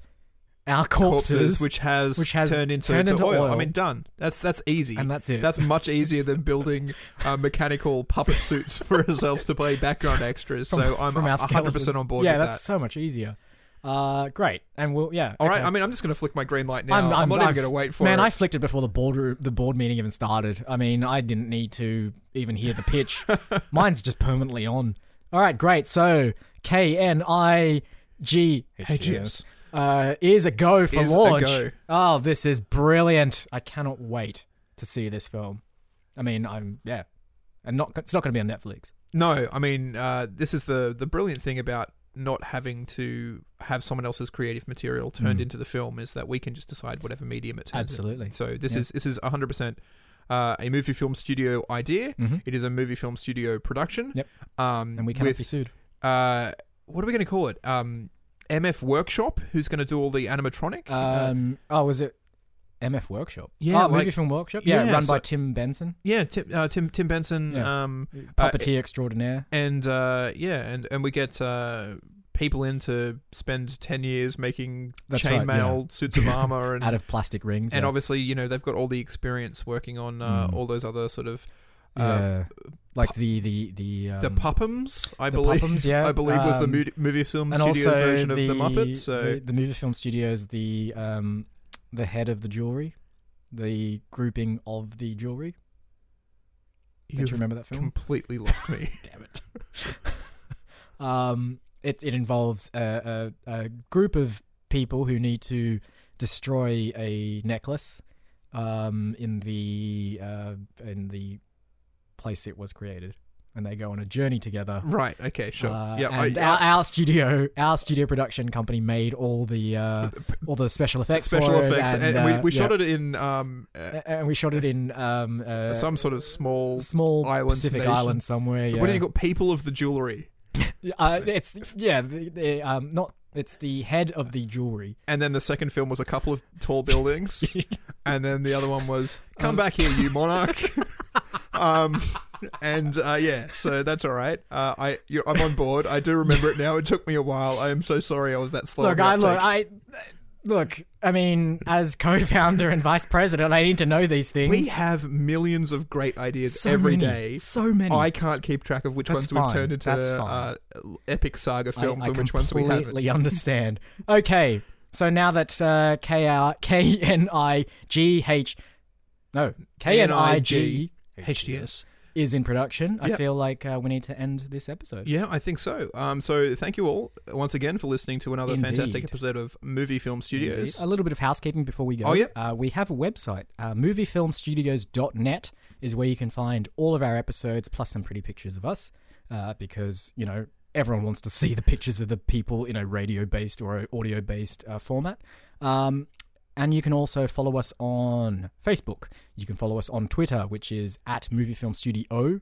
S2: our corpses,
S1: corpses, which has
S2: which has
S1: turned into,
S2: turned
S1: to
S2: into
S1: oil.
S2: oil.
S1: I mean, done. That's that's easy,
S2: And that's it.
S1: That's much easier than building uh, mechanical puppet suits for ourselves to play background extras. so I'm
S2: from our
S1: 100
S2: skeletons.
S1: percent on board
S2: Yeah,
S1: with
S2: that's
S1: that.
S2: so much easier. Uh, great, and we'll yeah.
S1: All right.
S2: okay.
S1: I mean, I'm just gonna flick my green light now. I'm, not
S2: I've-
S1: even gonna wait for
S2: Man,
S1: it.
S2: I flicked it before the board the board meeting even started. I mean, I didn't need to even hear the pitch. Mine's just permanently on. All right, great. So K N I G H
S1: H
S2: S
S1: S.
S2: uh, is a go for
S1: Is a
S2: launch.
S1: go.
S2: Oh, this is brilliant! I cannot wait to see this film. I mean, I'm yeah, and not it's not going to be on Netflix.
S1: No, I mean, uh, this is the the brilliant thing about not having to have someone else's creative material turned
S2: Mm.
S1: into the film is that we can just decide whatever medium it turns. in.
S2: Absolutely.
S1: So this
S2: Yeah.
S1: is this is 100 percent uh, a movie film studio idea.
S2: Mhm.
S1: It is a movie film studio production.
S2: Yep.
S1: Um,
S2: And we cannot
S1: with,
S2: be sued.
S1: Uh, what are we going to call it? Um, MF Workshop, who's going to do all the animatronic? Uh,
S2: Um, oh, was it MF Workshop?
S1: Yeah,
S2: oh, movie
S1: like-
S2: film workshop. Yeah,
S1: Yeah,
S2: run by
S1: so-
S2: Tim Benson.
S1: yeah, Tim, uh, Tim Tim Benson.
S2: Yeah.
S1: Um, uh,
S2: puppeteer extraordinaire.
S1: and uh, yeah, and and we get uh, people in to spend ten years making
S2: That's right,
S1: chainmail suits of armor, and
S2: out of plastic rings.
S1: and
S2: yeah.
S1: obviously you know they've got all the experience working on uh,
S2: Mm.
S1: all those other sort of uh,
S2: Yeah. like the the the um,
S1: the Puppums, I
S2: the
S1: believe.
S2: Puppums, yeah,
S1: I believe was the
S2: um,
S1: mu- movie film
S2: and
S1: studio
S2: also
S1: version of the Muppets. So
S2: the, the movie film studios, the um, the head of the jewelry, the grouping of the jewelry. Don't you
S1: you've
S2: remember that film?
S1: completely lost me.
S2: Damn it. um, it it involves a, a, a group of people who need to destroy a necklace um, in the uh, in the place it was created, and they go on a journey together.
S1: right. Okay. Sure.
S2: Uh,
S1: yeah. I-
S2: and
S1: yeah.
S2: our, our studio, our studio production company made all the uh, all the special effects,
S1: special
S2: for it,
S1: effects,
S2: and,
S1: and,
S2: uh,
S1: we, we shot
S2: yeah.
S1: it in um, uh,
S2: and we shot it in um, uh,
S1: some sort of small.
S2: small
S1: island
S2: Pacific
S1: nation.
S2: island somewhere.
S1: So
S2: yeah.
S1: What do you got? People of the jewelry,
S2: Uh, it's yeah, the, the, um, not it's the head of the jewelry.
S1: and then the second film was a couple of tall buildings, and then the other one was "Come
S2: Um,
S1: back here, you monarch." um, and uh, yeah, so that's all right. Uh, I you I'm on board. I do remember it now. It took me a while. I am so sorry. I was that slow. on
S2: look,
S1: the
S2: I look,
S1: uptake.
S2: I look. I mean, as co-founder and vice president, I need to know these things.
S1: we have millions of great ideas
S2: so
S1: every
S2: many,
S1: day.
S2: so many.
S1: I can't keep track of which ones
S2: That's
S1: we've
S2: fine.
S1: turned into
S2: That's fine.
S1: uh, epic saga
S2: I-
S1: films
S2: I
S1: and which ones we haven't.
S2: completely understand. Okay, so now that uh, K R K N I G H, no K N I G
S1: HDS.
S2: is in production, I
S1: Yep.
S2: feel like uh, we need to end this episode.
S1: Yeah, I think so. Um, so thank you all once again for listening to another fantastic
S2: Indeed.
S1: episode of Movie Film Studios.
S2: A little bit of housekeeping before we go.
S1: Oh, yeah.
S2: Uh, we have a website, uh, moviefilmstudios.net, is where you can find all of our episodes plus some pretty pictures of us uh, because, you know, everyone wants to see the pictures of the people in a radio based or audio based uh, format. Um, and you can also follow us on Facebook. You can follow us on Twitter, which is at moviefilmstudio.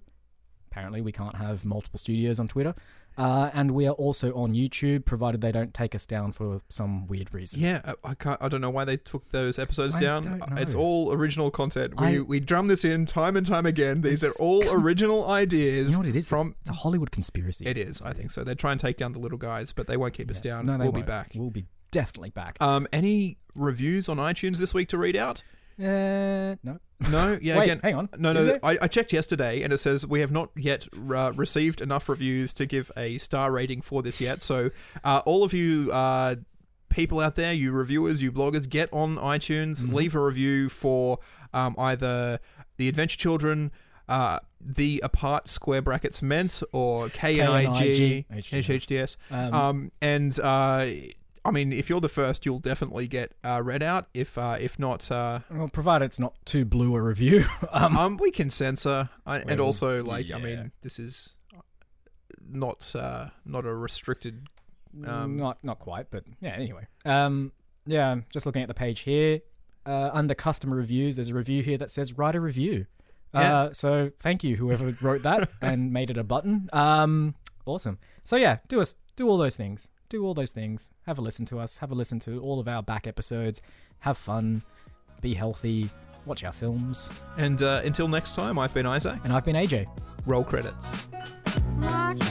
S2: Apparently, we can't have multiple studios on Twitter. Uh, and we are also on YouTube, provided they don't take us down for some weird reason.
S1: Yeah, I, I can't. I don't know why they took those episodes
S2: I
S1: down.
S2: don't know.
S1: It's all original content. We
S2: I-
S1: we drum this in time and time again. These are all original ideas.
S2: You know what it is?
S1: From
S2: it's a Hollywood conspiracy.
S1: it is, I think so. They try and take down the little guys, but they won't keep us down.
S2: No, they
S1: we'll be
S2: won't.
S1: back.
S2: We'll be definitely back.
S1: Um, any reviews on iTunes this week to read out?
S2: Uh, no.
S1: No. Yeah.
S2: Wait,
S1: again.
S2: hang on.
S1: No, no.
S2: Is there?
S1: I, I checked yesterday, and it says we have not yet uh, received enough reviews to give a star rating for this yet. So, uh, all of you uh, people out there, you reviewers, you bloggers, get on iTunes,
S2: Mm-hmm.
S1: leave a review for um, either The Adventure Children, uh, The Apart Square Brackets Meant, or KNIG,
S2: HHDS.
S1: HHDS.
S2: Um,
S1: Um, and uh, I mean, if you're the first, you'll definitely get uh, read out. If uh, if not, uh,
S2: well, provided it's not too blue a review. um,
S1: um, we can censor, I, and
S2: Well,
S1: also like I
S2: yeah.
S1: mean, this is uh, not uh, not a restricted. um,
S2: not not quite, but yeah. Anyway, um, yeah. Just looking at the page here, uh, under customer reviews, there's a review here that says write a review. Uh, so thank you whoever wrote that and made it a button. Um, awesome. So yeah, do us do all those things. Do all those things. Have a listen to us. Have a listen to all of our back episodes. Have fun. Be healthy. Watch our films.
S1: And uh, until next time, I've been Isaac.
S2: And I've been AJ.
S1: Roll credits.
S5: March